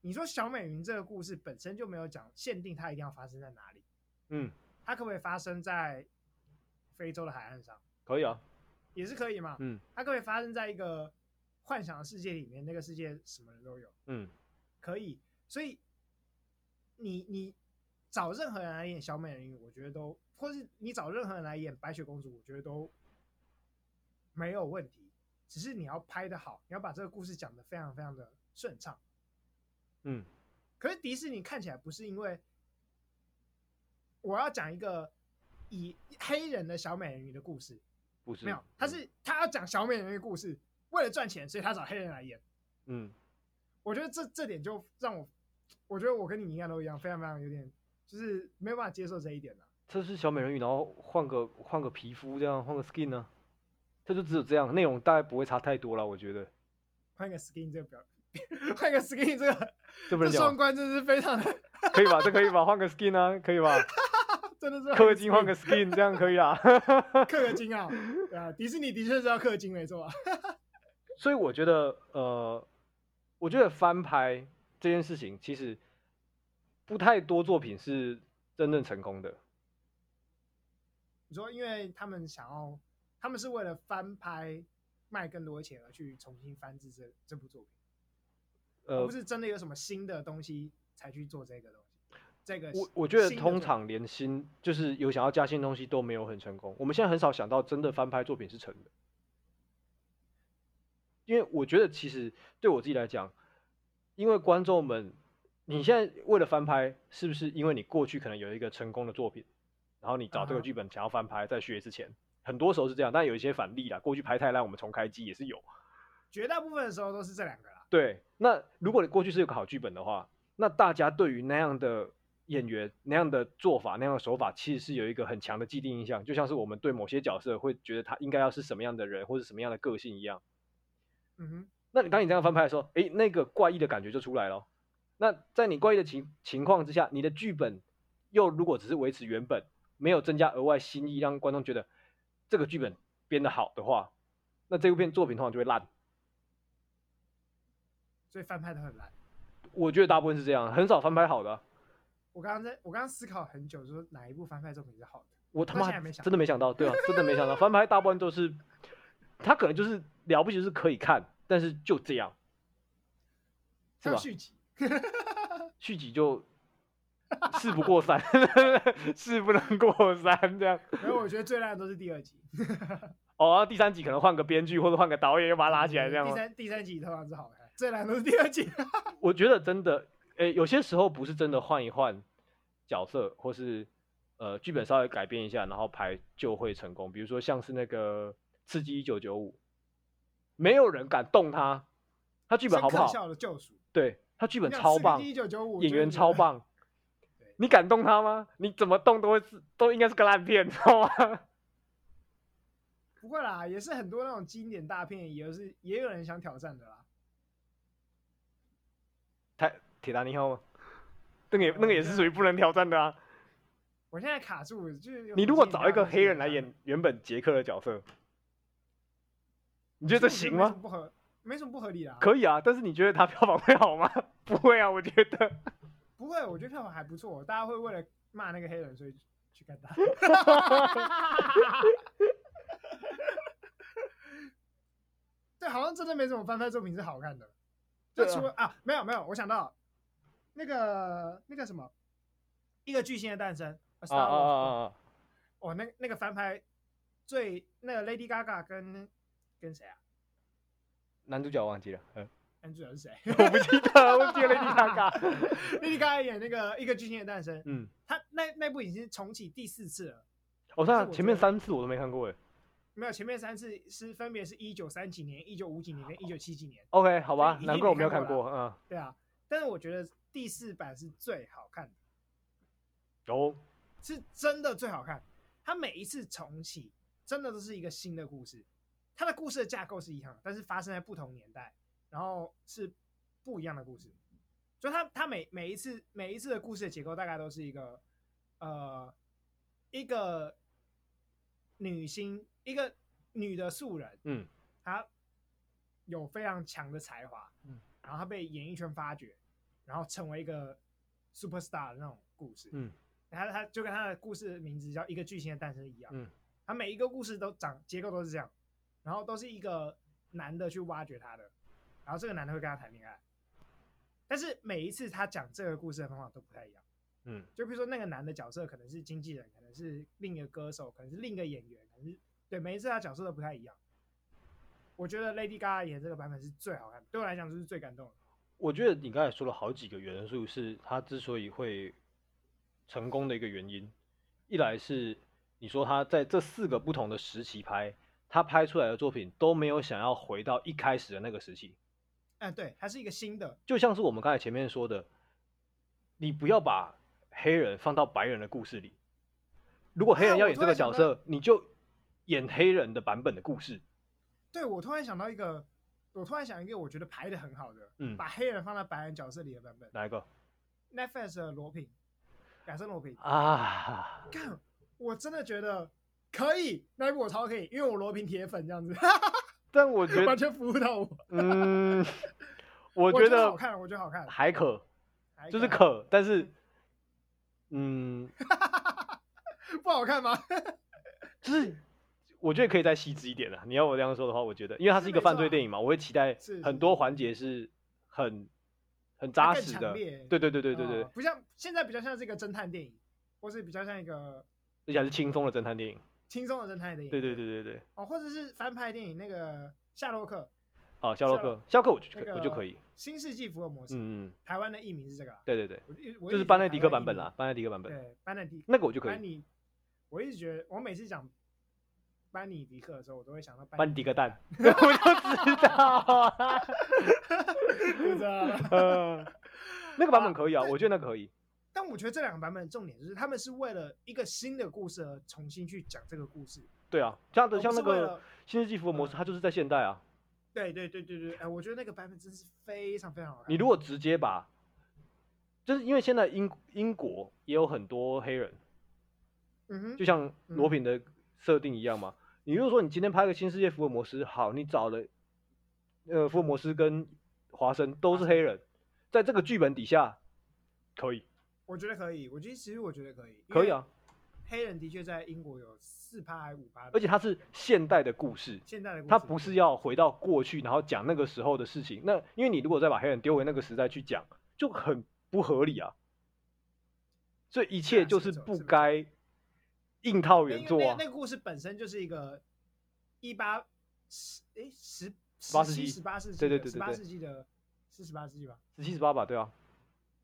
[SPEAKER 1] 你说小美云这个故事本身就没有讲限定它一定要发生在哪里，
[SPEAKER 2] 嗯，
[SPEAKER 1] 它可不可以发生在非洲的海岸上，
[SPEAKER 2] 可以啊。
[SPEAKER 1] 也是可以嘛？
[SPEAKER 2] 嗯
[SPEAKER 1] 它可不可以发生在一个幻想的世界里面，那个世界什么人都有？
[SPEAKER 2] 嗯
[SPEAKER 1] 可以。所以你你找任何人来演小美人鱼，我觉得都，或是你找任何人来演白雪公主，我觉得都没有问题。只是你要拍的好，你要把这个故事讲得非常非常的顺畅。
[SPEAKER 2] 嗯
[SPEAKER 1] 可是迪士尼看起来不是因为我要讲一个以黑人的小美人鱼的故事，
[SPEAKER 2] 不是
[SPEAKER 1] 没有，他是他要讲小美人鱼的故事，为了赚钱，所以他找黑人来演。
[SPEAKER 2] 嗯
[SPEAKER 1] 我觉得这这点就让我，我觉得我跟你一样都一样，非常非常有点就是没有办法接受这一点了、
[SPEAKER 2] 这是小美人鱼，然后换个换个皮肤这样，换个 skin 呢、这就只有这样，内容大概不会差太多了，我觉得。
[SPEAKER 1] 换一个 skin 这个表，换一个 skin 这个
[SPEAKER 2] 这不
[SPEAKER 1] 这
[SPEAKER 2] 能讲
[SPEAKER 1] 双
[SPEAKER 2] 吗，
[SPEAKER 1] 关真是非常的，
[SPEAKER 2] 可以吧？这可以吧？换个 skin 啊，可以吧？
[SPEAKER 1] 真的是
[SPEAKER 2] 氪金换个 skin，这样可以啊 [laughs] 啦。
[SPEAKER 1] 氪个金啊，对啊，迪士尼的确是要氪金，没错啊， [laughs]
[SPEAKER 2] 所以我觉得，呃，我觉得翻拍这件事情其实不太多作品是真正成功的。
[SPEAKER 1] 你说，因为他们想要，他们是为了翻拍卖更多钱而去重新翻制这这部作品，而
[SPEAKER 2] 呃
[SPEAKER 1] 不，是真的有什么新的东西才去做这个东西。这个
[SPEAKER 2] 我我觉得
[SPEAKER 1] 新的
[SPEAKER 2] 通
[SPEAKER 1] 作品
[SPEAKER 2] 常连新就是有想要加新东西都没有很成功。我们现在很少想到真的翻拍作品是成的，因为我觉得其实对我自己来讲，因为观众们，你现在为了翻拍，是不是因为你过去可能有一个成功的作品，然后你找这
[SPEAKER 1] 啊哈
[SPEAKER 2] 个剧本想要翻拍再续一次钱，很多时候是这样，但有一些反例啦，过去拍太烂，我们重开机也是有。
[SPEAKER 1] 绝大部分的时候都是这两个啦。
[SPEAKER 2] 对，那如果你过去是有个好剧本的话，那大家对于那样的演员、那样的做法、那样的手法，其实是有一个很强的既定印象，就像是我们对某些角色会觉得他应该要是什么样的人或者什么样的个性一样。
[SPEAKER 1] 嗯哼，
[SPEAKER 2] 那你当你这样翻拍的时候，诶，那个怪异的感觉就出来了。那在你怪异的情情况之下，你的剧本又如果只是维持原本，没有增加额外新意，让观众觉得这个剧本编得好的话，那这部片作品通常就会烂。
[SPEAKER 1] 所以翻拍的很烂。
[SPEAKER 2] 我觉得大部分是这样，很少翻拍好的啊、
[SPEAKER 1] 我刚刚在我刚刚思考很久，说哪一部翻拍作品是好的？
[SPEAKER 2] 我他
[SPEAKER 1] 到
[SPEAKER 2] 妈
[SPEAKER 1] 现在没想
[SPEAKER 2] 真的没想到，对啊，真的
[SPEAKER 1] [laughs]
[SPEAKER 2] 没想到，翻拍大部分都是，他可能就是了不起，就是可以看，但是就这样，是
[SPEAKER 1] 还有
[SPEAKER 2] 吧？
[SPEAKER 1] 续集，
[SPEAKER 2] 续集就事不过三， [laughs] 事不能过三这样。
[SPEAKER 1] 然后我觉得最烂的都是第二集，
[SPEAKER 2] 哦，然后第三集可能换个编剧或者换个导演，又把它拉起来这
[SPEAKER 1] 嗯 [laughs]
[SPEAKER 2] 样
[SPEAKER 1] 第
[SPEAKER 2] 吗。
[SPEAKER 1] 三第三集通常是好看，最烂的都是第二集。
[SPEAKER 2] 我觉得真的，诶，有些时候不是真的换一换角色，或是呃剧本稍微改变一下，然后拍就会成功。比如说像是那个《刺激一九九五》，没有人敢动他，他剧本好不好
[SPEAKER 1] 深刻？笑的救赎，
[SPEAKER 2] 对他剧本超棒，
[SPEAKER 1] 一九九五
[SPEAKER 2] 演员超，棒
[SPEAKER 1] 对。
[SPEAKER 2] 你敢动他吗？你怎么动都会是都应该是个烂片，你知道吗？ [laughs]
[SPEAKER 1] 不会啦，也是很多那种经典大片，也是也有人想挑战的啦。
[SPEAKER 2] 泰铁达尼号吗？那个也哦那个也是属于不能挑战的啊。
[SPEAKER 1] 我现在卡住，就是有
[SPEAKER 2] 你如果找一个黑人来
[SPEAKER 1] 经典大片想挑战，
[SPEAKER 2] 演原本杰克的角色，你觉得这行
[SPEAKER 1] 我觉得没什
[SPEAKER 2] 吗
[SPEAKER 1] 么？不合，没什么不合理啦。
[SPEAKER 2] 可以啊，但是你觉得他票 [laughs] 房会好吗？不会啊，我觉 [laughs] 得。
[SPEAKER 1] 不会，我觉得票房还不错，大家会为了骂那个黑人，所以去看他。 [laughs] 对，好像真的没什么翻拍作品是好看的，就
[SPEAKER 2] 对啊
[SPEAKER 1] 除了啊没有没有，我想到那个那个什么，一个巨星的诞生，A Star Wars
[SPEAKER 2] 啊！
[SPEAKER 1] 哦，那那个翻拍最那个 Lady Gaga 跟跟谁啊？
[SPEAKER 2] 男主角忘记了，嗯
[SPEAKER 1] 男主角是谁
[SPEAKER 2] 我不记得，我记得 Lady Gaga。
[SPEAKER 1] [laughs] ？Lady Gaga 演那个一个巨星的诞生，
[SPEAKER 2] 嗯，
[SPEAKER 1] 他那那部已经是重启第四次了。
[SPEAKER 2] 我
[SPEAKER 1] 是
[SPEAKER 2] 看
[SPEAKER 1] 我
[SPEAKER 2] 前面
[SPEAKER 1] 觉得
[SPEAKER 2] 三次我都没看过哎。
[SPEAKER 1] 没有，前面三次是分别是一九三几年、一九五几年跟一九七几年，
[SPEAKER 2] OK，好吧
[SPEAKER 1] 所，以一定
[SPEAKER 2] 难怪我没有
[SPEAKER 1] 没看
[SPEAKER 2] 看
[SPEAKER 1] 过
[SPEAKER 2] 过。嗯，
[SPEAKER 1] 对啊。但是我觉得第四版是最好看的，
[SPEAKER 2] 有
[SPEAKER 1] 是真的最好看。它每一次重启，真的都是一个新的故事。它的故事的架构是一样的，但是发生在不同年代，然后是不一样的故事。就它它每每一次每一次的故事的结构大概都是一个呃一个女星，一个女的素人，
[SPEAKER 2] 嗯
[SPEAKER 1] 他有非常强的才华，
[SPEAKER 2] 嗯
[SPEAKER 1] 然后他被演艺圈发掘，然后成为一个 super star 的那种故事，
[SPEAKER 2] 嗯
[SPEAKER 1] 然后他就跟他的故事名字叫《一个巨星的诞生》一样，
[SPEAKER 2] 嗯
[SPEAKER 1] 他每一个故事都长结构都是这样，然后都是一个男的去挖掘他的，然后这个男的会跟他谈恋爱，但是每一次他讲这个故事的方法都不太一样。
[SPEAKER 2] 嗯
[SPEAKER 1] 就比如说那个男的角色可能是经纪人，可能是另一个歌手，可能是另一个演员，可能是对每一次他角色都不太一样。我觉得 Lady Gaga 演这个版本是最好看的，对我来讲就是最感动的。
[SPEAKER 2] 我觉得你刚才说了好几个元素，是它之所以会成功的一个原因。一来是你说他在这四个不同的时期拍，他拍出来的作品都没有想要回到一开始的那个时期，
[SPEAKER 1] 哎、对，它是一个新的，
[SPEAKER 2] 就像是我们刚才前面说的，你不要把黑人放到白人的故事里。如果黑人
[SPEAKER 1] 啊
[SPEAKER 2] 要
[SPEAKER 1] 我
[SPEAKER 2] 演
[SPEAKER 1] 突
[SPEAKER 2] 这个
[SPEAKER 1] 然想
[SPEAKER 2] 角色，你就演黑人的版本的故事。
[SPEAKER 1] 对我突然想到一个我突然想一个我觉得排的很好的，
[SPEAKER 2] 嗯
[SPEAKER 1] 把黑人放到白人角色里的版本
[SPEAKER 2] 哪一个
[SPEAKER 1] ，Netflix 的罗品，亚森罗品，
[SPEAKER 2] 啊？
[SPEAKER 1] 干，我真的觉得可以，那一部我超可以，因为我罗平铁粉这样子，
[SPEAKER 2] 但我觉
[SPEAKER 1] 完
[SPEAKER 2] 得，
[SPEAKER 1] 全服务 [laughs] 到我。
[SPEAKER 2] 嗯，我
[SPEAKER 1] 我
[SPEAKER 2] 觉
[SPEAKER 1] 得
[SPEAKER 2] 得
[SPEAKER 1] 好看，我觉得好看，
[SPEAKER 2] 还可，
[SPEAKER 1] 还
[SPEAKER 2] 就是
[SPEAKER 1] 可
[SPEAKER 2] 可，但是，嗯，
[SPEAKER 1] 不好看吗？ [laughs]
[SPEAKER 2] 就是我觉得可以再细致一点的。你要我这样说的话，我觉得，因为它
[SPEAKER 1] 是
[SPEAKER 2] 是一个
[SPEAKER 1] 没
[SPEAKER 2] 犯
[SPEAKER 1] 错
[SPEAKER 2] 罪
[SPEAKER 1] 啊
[SPEAKER 2] 电影嘛，我会期待
[SPEAKER 1] 是是
[SPEAKER 2] 很多环节是很很
[SPEAKER 1] 它
[SPEAKER 2] 扎
[SPEAKER 1] 更
[SPEAKER 2] 实
[SPEAKER 1] 强
[SPEAKER 2] 的。
[SPEAKER 1] 烈
[SPEAKER 2] 对对对对对对
[SPEAKER 1] 哦，不像现在比较像是一个侦探电影，或是比较像一个
[SPEAKER 2] 而且还是轻松的侦探电影。
[SPEAKER 1] 轻松的侦探电影。
[SPEAKER 2] 对对对对对，
[SPEAKER 1] 哦，或者是翻拍电影那个夏洛克
[SPEAKER 2] 好，肖洛
[SPEAKER 1] 夏
[SPEAKER 2] 克，肖洛克我就
[SPEAKER 1] 那
[SPEAKER 2] 可我就可以，
[SPEAKER 1] 《新世纪福尔摩斯》
[SPEAKER 2] 嗯嗯，
[SPEAKER 1] 台湾的译名是这个啦，
[SPEAKER 2] 对对对，
[SPEAKER 1] 我一我一直
[SPEAKER 2] 就是
[SPEAKER 1] 觉得
[SPEAKER 2] 班奈
[SPEAKER 1] 台
[SPEAKER 2] 迪克
[SPEAKER 1] 湾
[SPEAKER 2] 版
[SPEAKER 1] 译
[SPEAKER 2] 本
[SPEAKER 1] 名
[SPEAKER 2] 啦，，班奈迪克版本，
[SPEAKER 1] 对，班奈迪
[SPEAKER 2] 那个我就可
[SPEAKER 1] 班
[SPEAKER 2] 以。
[SPEAKER 1] 尼，我一直觉得我每次讲班尼迪克的时候，我都会想到
[SPEAKER 2] 班
[SPEAKER 1] 尼
[SPEAKER 2] 迪
[SPEAKER 1] [laughs]
[SPEAKER 2] 克蛋， [laughs] 我就知道啊， [laughs]
[SPEAKER 1] 就这样了
[SPEAKER 2] 呃那个版本可以啊，
[SPEAKER 1] 对
[SPEAKER 2] 我觉得那个可以。
[SPEAKER 1] [laughs] 但我觉得这两个版本的重点就是，他们是为了一个新的故事而重新去讲这个故事，
[SPEAKER 2] 对啊，像
[SPEAKER 1] 而
[SPEAKER 2] 像
[SPEAKER 1] 不
[SPEAKER 2] 那
[SPEAKER 1] 是为
[SPEAKER 2] 个《
[SPEAKER 1] 了。嗯
[SPEAKER 2] 新世纪福尔摩斯》，它就是在现代啊。
[SPEAKER 1] 对对对对对，哎、我觉得那个版本真是非常非常好看。
[SPEAKER 2] 你如果直接把，就是因为现在英英国也有很多黑人，
[SPEAKER 1] 嗯哼，
[SPEAKER 2] 就像罗
[SPEAKER 1] 嗯
[SPEAKER 2] 品的设定一样嘛。你如果说你今天拍个《新世界福尔摩斯》，好，你找了呃福尔摩斯跟华生都是黑人，在这个剧本底下可以
[SPEAKER 1] 我觉得可以，我觉得其实我觉得可以，因
[SPEAKER 2] 可以
[SPEAKER 1] 为
[SPEAKER 2] 啊，
[SPEAKER 1] 黑人的确在英国有四趴还五趴，
[SPEAKER 2] 而且它是现代的故事，
[SPEAKER 1] 现在的故事
[SPEAKER 2] 它不是要回到过去，然后讲那个时候的事情。那因为你如果再把黑人丢回那个时代去讲，就很不合理啊。所以一
[SPEAKER 1] 对
[SPEAKER 2] 切
[SPEAKER 1] 啊
[SPEAKER 2] 就是是
[SPEAKER 1] 没错是没
[SPEAKER 2] 不
[SPEAKER 1] 错
[SPEAKER 2] 该硬套
[SPEAKER 1] 那
[SPEAKER 2] 原
[SPEAKER 1] 个
[SPEAKER 2] 作
[SPEAKER 1] 那
[SPEAKER 2] 啊
[SPEAKER 1] 个那。个故事本身就是一个一八十哎十
[SPEAKER 2] 18世纪
[SPEAKER 1] 十八世纪
[SPEAKER 2] 对对对对
[SPEAKER 1] 十八
[SPEAKER 2] 对
[SPEAKER 1] 世纪的是十八世纪吧？
[SPEAKER 2] 十七十八吧，对啊，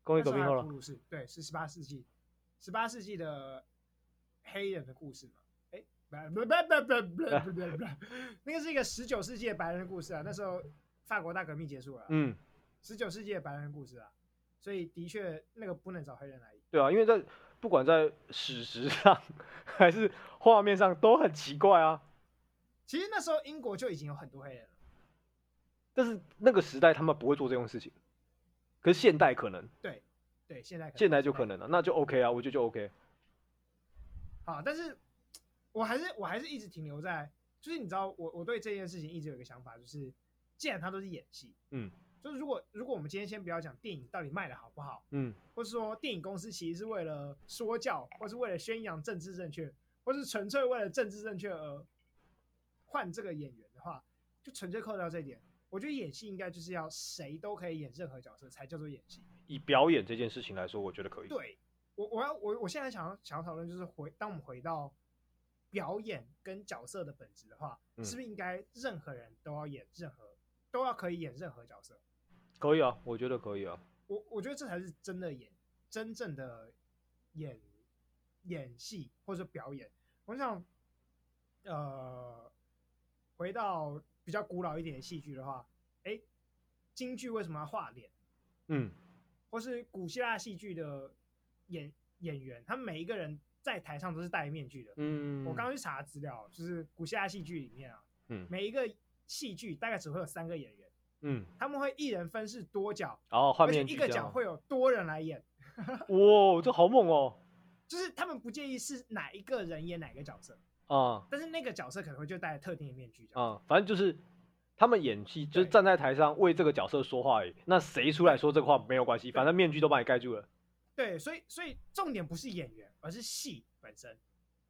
[SPEAKER 2] 工业
[SPEAKER 1] 那时
[SPEAKER 2] 革
[SPEAKER 1] 候
[SPEAKER 2] 命
[SPEAKER 1] 还
[SPEAKER 2] 后
[SPEAKER 1] 有
[SPEAKER 2] 了
[SPEAKER 1] 普，鲁士对是十八世纪十八世纪的黑人的故事嘛？哎不不不不不不不不，那个是一个十九世纪的白人的故事啊，那时候法国大革命结束了啊，
[SPEAKER 2] 嗯，
[SPEAKER 1] 十九世纪的白人故事啊，所以的确那个不能找黑人来演。
[SPEAKER 2] 对啊，因为在不管在史实上还是画面上都很奇怪啊。
[SPEAKER 1] 其实那时候英国就已经有很多黑人了，
[SPEAKER 2] 但是那个时代他们不会做这种事情，可是现代可能，
[SPEAKER 1] 对对，现在可能
[SPEAKER 2] 现代就可能了，那就 OK 啊，我觉得就 OK。
[SPEAKER 1] 好，啊但是我还是我还是一直停留在，就是你知道我我对这件事情一直有一个想法，就是既然它都是演戏，
[SPEAKER 2] 嗯，
[SPEAKER 1] 就是如果如果我们今天先不要讲电影到底卖的好不好，
[SPEAKER 2] 嗯，
[SPEAKER 1] 或是说电影公司其实是为了说教，或是为了宣扬政治正确，或是纯粹为了政治正确而换这个演员的话，就纯粹扣掉这一点。我觉得演戏应该就是要谁都可以演任何角色才叫做演戏。
[SPEAKER 2] 以表演这件事情来说，我觉得可以。
[SPEAKER 1] 对我，我要我我现在想要想要讨论就是回，当我们回到表演跟角色的本质的话，
[SPEAKER 2] 嗯
[SPEAKER 1] 是不是应该任何人都要演任何都要可以演任何角色？
[SPEAKER 2] 可以啊，我觉得可以啊。
[SPEAKER 1] 我我觉得这才是真的演真正的演演戏或者表演。我想，呃，回到比较古老一点的戏剧的话，哎，京剧为什么要画脸？
[SPEAKER 2] 嗯，
[SPEAKER 1] 或是古希腊戏剧的演演员，他们每一个人在台上都是戴面具的。
[SPEAKER 2] 嗯，
[SPEAKER 1] 我刚刚去查资料，就是古希腊戏剧里面啊，
[SPEAKER 2] 嗯
[SPEAKER 1] 每一个戏剧大概只会有三个演员，
[SPEAKER 2] 嗯，
[SPEAKER 1] 他们会一人分饰多角，
[SPEAKER 2] 然后画
[SPEAKER 1] 而且
[SPEAKER 2] 面
[SPEAKER 1] 一个角会有多人来演，
[SPEAKER 2] 哇，这好猛哦
[SPEAKER 1] 就是他们不介意是哪一个人演哪个角色，
[SPEAKER 2] 啊
[SPEAKER 1] 但是那个角色可能会就戴特定的面具这样。
[SPEAKER 2] 啊，反正就是他们演戏，就是
[SPEAKER 1] 对
[SPEAKER 2] 站在台上为这个角色说话而已。那谁出来说这个话没有关系，反正面具都把你盖住了。
[SPEAKER 1] 对，所以所以重点不是演员，而是戏本身。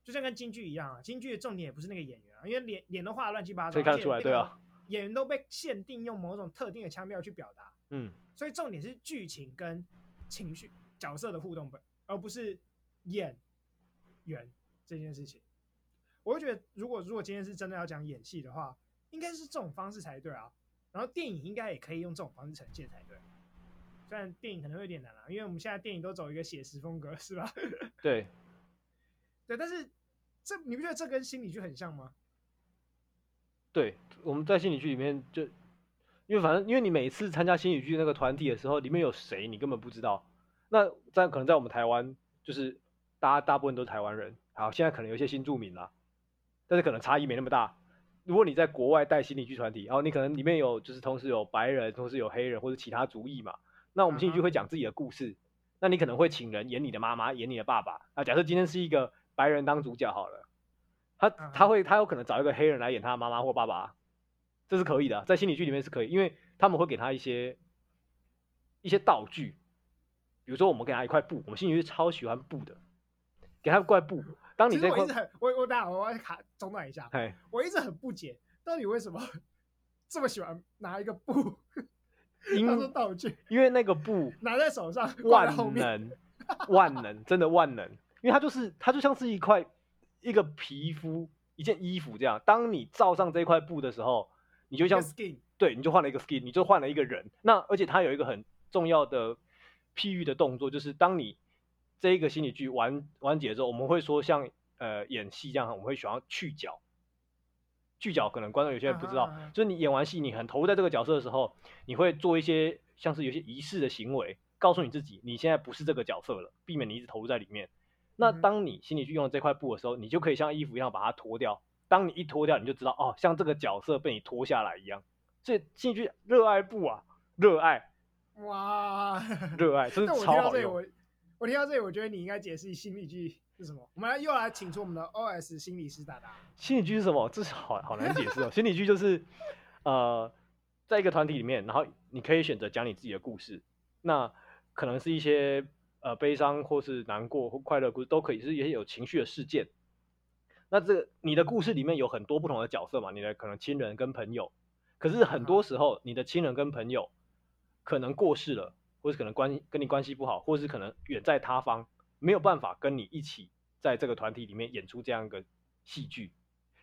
[SPEAKER 1] 就像跟京剧一样啊，京剧的重点也不是那个演员啊，因为脸脸都画的乱七八糟，
[SPEAKER 2] 所以看得出来
[SPEAKER 1] 而且那个
[SPEAKER 2] 对啊，
[SPEAKER 1] 演员都被限定用某种特定的腔调去表达，
[SPEAKER 2] 嗯，
[SPEAKER 1] 所以重点是剧情跟情绪角色的互动本，而不是演员这件事情。我会觉得，如果如果今天是真的要讲演戏的话，应该是这种方式才对啊。然后电影应该也可以用这种方式呈现才对。虽然电影可能会有点难啊啦、因为我们现在电影都走一个写实风格，是吧？ [laughs]
[SPEAKER 2] 对，
[SPEAKER 1] 对，但是这你不觉得这跟心理剧很像吗？
[SPEAKER 2] 对，我们在心理剧里面就，因为反正因为你每次参加心理剧那个团体的时候，里面有谁你根本不知道。那在可能在我们台湾，就是大家大部分都是台湾人，好，现在可能有一些新住民啦，但是可能差异没那么大。如果你在国外带心理剧团体，然后你可能里面有就是同时有白人，同时有黑人或者其他族裔嘛，那我们心理剧
[SPEAKER 1] 嗯哼
[SPEAKER 2] 会讲自己的故事。那你可能会请人演你的妈妈，演你的爸爸。啊，假设今天是一个白人当主角好了，他
[SPEAKER 1] 嗯
[SPEAKER 2] 他
[SPEAKER 1] 哼
[SPEAKER 2] 会他有可能找一个黑人来演他的妈妈或爸爸，这是可以的啊，在心理剧里面是可以，因为他们会给他一些一些道具，比如说我们给他一块布，我们心理剧超喜欢布的，给他一块布。当你
[SPEAKER 1] 其实
[SPEAKER 2] 这
[SPEAKER 1] 我
[SPEAKER 2] 块
[SPEAKER 1] 一直，很我我打我要卡中断一下，
[SPEAKER 2] 哎，
[SPEAKER 1] 我一直很不解，到底为什么 [laughs] 这么喜欢拿一个布
[SPEAKER 2] 因
[SPEAKER 1] 当做道具，
[SPEAKER 2] 因为那个布
[SPEAKER 1] 拿在手上挂在
[SPEAKER 2] 万
[SPEAKER 1] 后面？
[SPEAKER 2] 能，万能，真的万能，因为它就是它就像是一块一个皮肤一件衣服这样，当你罩上这块布的时候，你就
[SPEAKER 1] 一个
[SPEAKER 2] 像
[SPEAKER 1] skin
[SPEAKER 2] 对，你就换了一个 skin，你就换了一个人。那而且它有一个很重要的譬喻的动作，就是当你这一个心理剧完完结之后，我们会说像呃演戏这样，我们会喜欢去角。去角可能观众有些人不知道
[SPEAKER 1] 啊啊啊
[SPEAKER 2] 就是你演完戏，你很投入在这个角色的时候，你会做一些像是有些仪式的行为，告诉你自己你现在不是这个角色了，避免你一直投入在里面。那
[SPEAKER 1] 嗯哼
[SPEAKER 2] 当你心理去用这块布的时候，你就可以像衣服一样把它脱掉。当你一脱掉，你就知道哦，像这个角色被你脱下来一样。所以进去热爱布啊，热爱
[SPEAKER 1] 哇！
[SPEAKER 2] 热爱，真
[SPEAKER 1] 但 [laughs]
[SPEAKER 2] 的
[SPEAKER 1] 我听
[SPEAKER 2] 超
[SPEAKER 1] 到
[SPEAKER 2] 好
[SPEAKER 1] 这里，
[SPEAKER 2] 用。
[SPEAKER 1] 我我听到这里，我觉得你应该解释心理剧是什么。我们来又来请出我们的 OS 心理师大大。
[SPEAKER 2] 心理剧是什么？这是好好难解释哦。心理剧就是，呃，在一个团体里面，然后你可以选择讲你自己的故事，那可能是一些呃悲伤或是难过或快乐的故事都可以，是一些有情绪的事件。那这个你的故事里面有很多不同的角色嘛，你的可能亲人跟朋友，可是很多时候你的亲人跟朋友可能过世了，或是可能关跟你关系不好，或是可能远在他方，没有办法跟你一起在这个团体里面演出这样一个戏剧，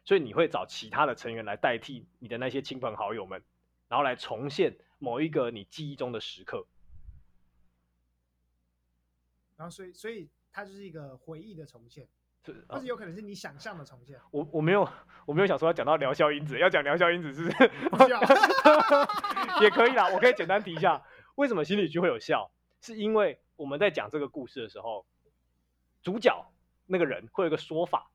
[SPEAKER 2] 所以你会找其他的成员来代替你的那些亲朋好友们，然后来重现某一个你记忆中的时刻。
[SPEAKER 1] 然后所以所以它就是一个回忆的重现，
[SPEAKER 2] 是
[SPEAKER 1] 或
[SPEAKER 2] 啊
[SPEAKER 1] 者有可能是你想象的重现。
[SPEAKER 2] 我我没有我没有想说要讲到疗效因子，要讲疗效因子是不是？
[SPEAKER 1] 不啊需要
[SPEAKER 2] [laughs] 也可以啦，我可以简单提一下，为什么心理剧会有效，是因为我们在讲这个故事的时候，主角那个人会有一个说法，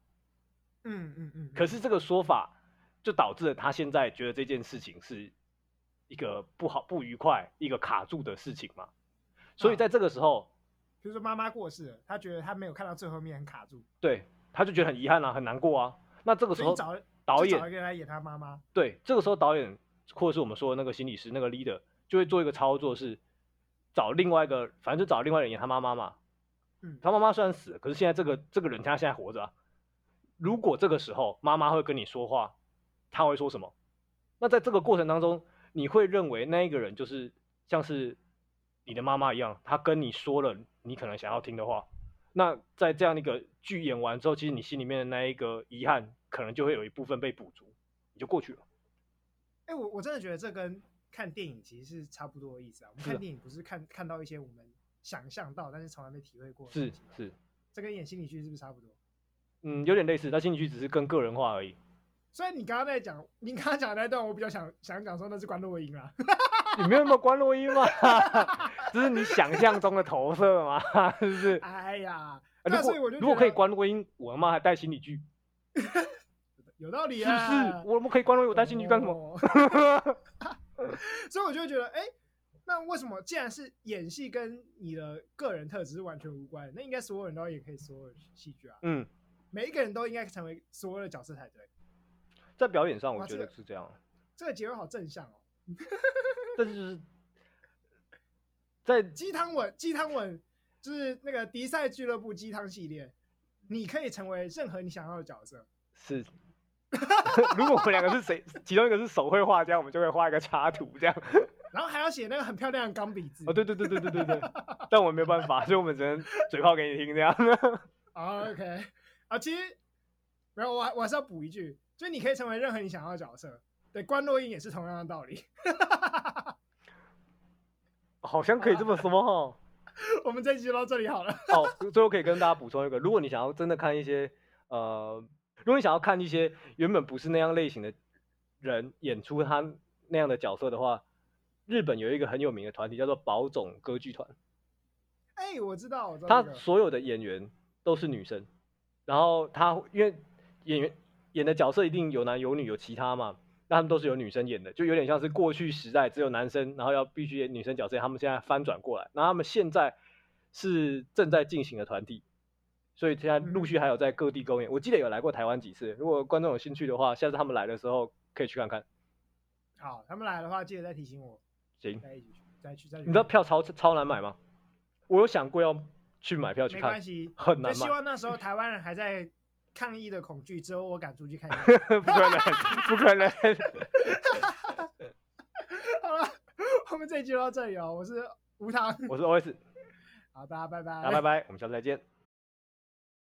[SPEAKER 1] 嗯嗯嗯。
[SPEAKER 2] 可是这个说法就导致了他现在觉得这件事情是一个不好、不愉快、一个卡住的事情嘛，所以
[SPEAKER 1] 嗯
[SPEAKER 2] 在这个时候，
[SPEAKER 1] 比如说妈妈过世了，她觉得她没有看到最后面，很卡住，
[SPEAKER 2] 对他就觉得很遗憾啊，很难过啊。那这个时
[SPEAKER 1] 所以
[SPEAKER 2] 候，
[SPEAKER 1] 找
[SPEAKER 2] 导
[SPEAKER 1] 就
[SPEAKER 2] 演
[SPEAKER 1] 找一个人来演她妈妈。
[SPEAKER 2] 对，这个时候导演或者是我们说的那个心理师那个 leader 就会做一个操作是，找另外一个，反正就找另外一个人演他妈妈嘛。
[SPEAKER 1] 嗯
[SPEAKER 2] 他妈妈虽然死了，可是现在这个这个人他现在活着、啊。如果这个时候妈妈会跟你说话，他会说什么？那在这个过程当中，你会认为那一个人就是像是你的妈妈一样，他跟你说了你可能想要听的话。那在这样的一个剧演完之后，其实你心里面的那一个遗憾，可能就会有一部分被补足，你就过去了。
[SPEAKER 1] 哎、我我真的觉得这跟看电影其实是差不多的意思啊。我们
[SPEAKER 2] 是
[SPEAKER 1] 看
[SPEAKER 2] 啊
[SPEAKER 1] 电影不是看看到一些我们想象到，但是从来没体会过的
[SPEAKER 2] 是
[SPEAKER 1] 事情吗。
[SPEAKER 2] 是，
[SPEAKER 1] 这跟演心理剧是不是差不多？
[SPEAKER 2] 嗯，有点类似，但心理剧只是更个人化而 [laughs] 已。
[SPEAKER 1] 所以你刚刚在讲，你刚刚讲的那段，我比较想想讲说那是关洛英啊啦。
[SPEAKER 2] 你没有那么关洛伊吗？ [laughs] 这是你想象中的投射吗？ [laughs] 是不是？
[SPEAKER 1] [laughs] 哎呀，
[SPEAKER 2] 呃
[SPEAKER 1] 那
[SPEAKER 2] 如
[SPEAKER 1] 所以
[SPEAKER 2] 果
[SPEAKER 1] 我就
[SPEAKER 2] 如果
[SPEAKER 1] 觉
[SPEAKER 2] 可以
[SPEAKER 1] 得
[SPEAKER 2] 关洛伊，我妈还带心理剧，
[SPEAKER 1] 有道理
[SPEAKER 2] 是不是
[SPEAKER 1] 啊，？
[SPEAKER 2] 我们可以关洛伊，我带心理剧干什么？ [laughs]
[SPEAKER 1] 哦所以我就会觉得，哎、那为什么既然是演戏跟你的个人特质是完全无关的，那应该所有人都也可以所有的戏剧啊，
[SPEAKER 2] 嗯，
[SPEAKER 1] 每一个人都应该成为所有的角色才对。
[SPEAKER 2] 在表演上我
[SPEAKER 1] 哇
[SPEAKER 2] 觉
[SPEAKER 1] 这
[SPEAKER 2] 得
[SPEAKER 1] 个
[SPEAKER 2] 是这样，
[SPEAKER 1] 这个结论好正向哦，
[SPEAKER 2] 但是就是在
[SPEAKER 1] 鸡汤文，鸡汤文就是那个迪赛俱乐部鸡汤系列，你可以成为任何你想要的角色。
[SPEAKER 2] 是。 [laughs] 如果我们两个是谁，其中一个是手绘画家，我们就会画一个插图这样。
[SPEAKER 1] 然后还要写那个很漂亮的钢笔字。
[SPEAKER 2] 哦，对对对对对对对，但我们没有办法，所以我们只能嘴炮给你听这样。 [laughs]
[SPEAKER 1] 啊，OK，啊，其实没有，我还我还是要补一句，就是你可以成为任何你想要的角色。对，关洛英也是同样的道理。 [laughs]
[SPEAKER 2] 好像可以这么说哦。
[SPEAKER 1] 我们这一集就到这里好了。
[SPEAKER 2] 哦，最后可以跟大家补充一个，如果你想要真的看一些呃，如果你想要看一些原本不是那样类型的人演出他那样的角色的话，日本有一个很有名的团体叫做宝冢歌剧团，
[SPEAKER 1] 哎、我知道，我知道、
[SPEAKER 2] 他
[SPEAKER 1] 这个。
[SPEAKER 2] 所有的演员都是女生，然后他因为演员演的角色一定有男有女有其他嘛，那他们都是由女生演的，就有点像是过去时代只有男生，然后要必须演女生角色，他们现在翻转过来，那他们现在是正在进行的团体，所以现在
[SPEAKER 1] 嗯
[SPEAKER 2] 陆续还有在各地公演，我记得有来过台湾几次，如果观众有兴趣的话，下次他们来的时候可以去看看。
[SPEAKER 1] 好，他们来的话记得再提醒我，
[SPEAKER 2] 行，
[SPEAKER 1] 再一起去，再去再去。
[SPEAKER 2] 你知道票超超难买吗？我有想过要去买票去
[SPEAKER 1] 没
[SPEAKER 2] 看
[SPEAKER 1] 关，系，
[SPEAKER 2] 很
[SPEAKER 1] 就
[SPEAKER 2] 难
[SPEAKER 1] 希
[SPEAKER 2] [laughs] 买，
[SPEAKER 1] 望那时候台湾人还在抗议的恐惧，之后我敢出去看一看。
[SPEAKER 2] [laughs] 不可能，不可能。 [laughs]
[SPEAKER 1] 好了，我们这一集就到这里哦。我是吴糖，
[SPEAKER 2] 我是 OS，
[SPEAKER 1] 好，大家拜拜，
[SPEAKER 2] 大家拜拜，我们下次再见。